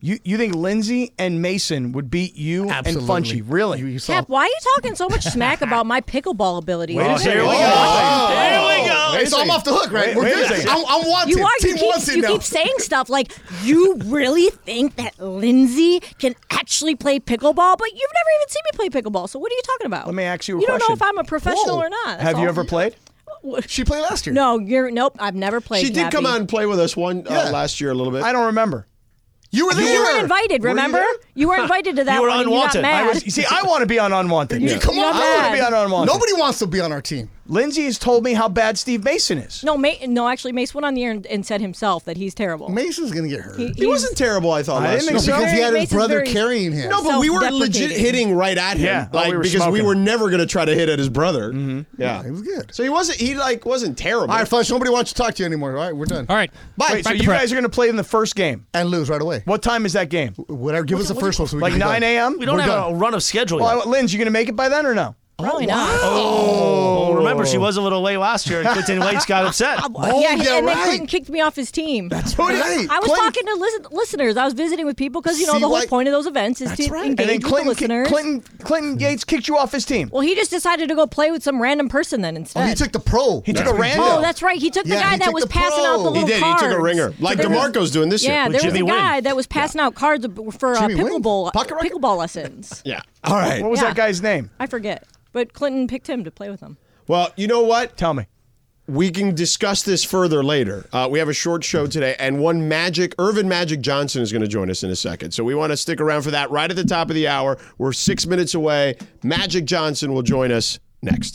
Speaker 4: You you think Lindsay and Mason would beat you and Funchy? Really?
Speaker 3: Cap, why are you talking so much smack about my pickleball ability?
Speaker 5: Oh,
Speaker 4: Wait a
Speaker 3: What?
Speaker 4: second. Oh,
Speaker 1: Here we go.
Speaker 4: Wait a
Speaker 5: so I'm
Speaker 4: second.
Speaker 5: off the hook, right?
Speaker 4: Wait-
Speaker 5: We're
Speaker 4: wait a
Speaker 5: good.
Speaker 4: second.
Speaker 5: I'm, I'm wanted.
Speaker 3: You are.
Speaker 5: Team
Speaker 3: You keep,
Speaker 5: wanted
Speaker 3: you
Speaker 5: now.
Speaker 3: keep saying stuff like, "You really think that Lindsay can actually play pickleball?" But you've never even seen me play pickleball. So what are you talking about?
Speaker 4: Let me ask you a
Speaker 3: you
Speaker 4: question.
Speaker 3: don't know if I'm a professional
Speaker 5: Whoa.
Speaker 3: or not. that's
Speaker 4: Have you
Speaker 3: all.
Speaker 4: ever played?
Speaker 5: she played last year.
Speaker 3: No, you're. Nope, I've never played.
Speaker 2: She did come
Speaker 3: Cappy.
Speaker 2: out and play with us one uh,
Speaker 5: Yeah.
Speaker 2: last year a little bit.
Speaker 4: I don't remember.
Speaker 5: you were there.
Speaker 3: You were invited.
Speaker 2: Were you
Speaker 3: Remember,
Speaker 2: there?
Speaker 3: you were invited to that
Speaker 1: were
Speaker 3: one. and You got
Speaker 1: unwanted. I
Speaker 3: mad.
Speaker 4: I was, you see, I want to be on Unwanted.
Speaker 5: You- Come
Speaker 3: You're
Speaker 5: on,
Speaker 3: not
Speaker 5: I wanna
Speaker 3: bad.
Speaker 4: be on Unwanted.
Speaker 5: Nobody wants to be on our team.
Speaker 4: Lindsay has told me how bad Steve Mason is.
Speaker 3: no, Ma- no. Actually, Mace went on the air and, and said himself that he's terrible.
Speaker 5: Mason's gonna get hurt.
Speaker 3: He-
Speaker 2: He
Speaker 3: he's-
Speaker 2: wasn't terrible. I thought
Speaker 4: I didn't
Speaker 2: last year.
Speaker 4: think so.
Speaker 5: because he had
Speaker 3: Very-
Speaker 5: his
Speaker 3: Mason's
Speaker 5: brother
Speaker 3: very-
Speaker 5: carrying him.
Speaker 2: No, but we were legit
Speaker 3: Self-deprecating.
Speaker 2: hitting right at him,
Speaker 4: Yeah, while
Speaker 2: like
Speaker 4: we were
Speaker 2: because we
Speaker 4: smoking.
Speaker 2: were never going to try to hit at his brother. Yeah,
Speaker 5: he was good.
Speaker 2: So he wasn't. He like wasn't terrible.
Speaker 5: All right, Fletch, nobody wants to talk to you anymore. All right, we're done.
Speaker 10: All right.
Speaker 5: Bye.
Speaker 4: Wait, so
Speaker 10: Back to
Speaker 4: you
Speaker 10: prep.
Speaker 4: guys are going to play in the first game.
Speaker 5: and lose right away.
Speaker 4: What time is that game?
Speaker 5: Whatever. Give us the first one. So we
Speaker 4: Like
Speaker 5: can be done.
Speaker 4: 9 a.m.?
Speaker 1: We don't
Speaker 4: We're
Speaker 1: have
Speaker 4: done.
Speaker 1: a run of schedule
Speaker 4: Well,
Speaker 1: yet.
Speaker 4: I- Linz, you going to make it by then or no?
Speaker 3: Probably not.
Speaker 1: Well, remember,
Speaker 4: Oh.
Speaker 1: she was a little late last year, and
Speaker 4: *laughs*
Speaker 1: Clinton Waits got upset.
Speaker 5: Oh,
Speaker 3: yeah,
Speaker 5: yeah,
Speaker 3: and then
Speaker 5: right.
Speaker 3: Clinton kicked me off his team. That's
Speaker 5: right. Right.
Speaker 3: I was
Speaker 5: Clinton-
Speaker 3: talking to listen, listeners. I was visiting with people because you know
Speaker 5: See
Speaker 3: the whole
Speaker 5: why-
Speaker 3: point of those events is to engage
Speaker 4: And then Clinton,
Speaker 3: with the listeners.
Speaker 4: Clinton, Clinton Gates kicked you off his team.
Speaker 3: well, he just decided to go play with some random person then
Speaker 5: Oh,
Speaker 3: instead.
Speaker 5: he took the pro.
Speaker 4: He took a random.
Speaker 3: Oh, that's right. He took the
Speaker 5: Yeah,
Speaker 3: guy
Speaker 5: he
Speaker 3: that
Speaker 5: took
Speaker 3: was
Speaker 5: the
Speaker 3: passing out the
Speaker 5: pro.
Speaker 3: little
Speaker 2: he did. He took
Speaker 3: cards.
Speaker 2: a ringer, like
Speaker 3: There was-
Speaker 2: DeMarco's doing this
Speaker 3: Yeah, there
Speaker 2: year.
Speaker 3: was
Speaker 1: Jimmy
Speaker 3: a guy
Speaker 1: Wynn.
Speaker 3: that was passing out cards for uh,
Speaker 5: Jimmy Wynn?
Speaker 3: pickleball
Speaker 5: Pocket rocket?
Speaker 3: pickleball lessons.
Speaker 2: Yeah. All right.
Speaker 4: What was
Speaker 3: Yeah.
Speaker 4: that guy's name?
Speaker 3: I forget, but Clinton picked him to play with him.
Speaker 2: Well, you know what?
Speaker 4: Tell me.
Speaker 2: We can discuss this further later. Uh, we have a short show today, and one Magic, Irvin Magic Johnson is going to join us in a second. So we want to stick around for that right at the top of the hour. We're six minutes away. Magic Johnson will join us next.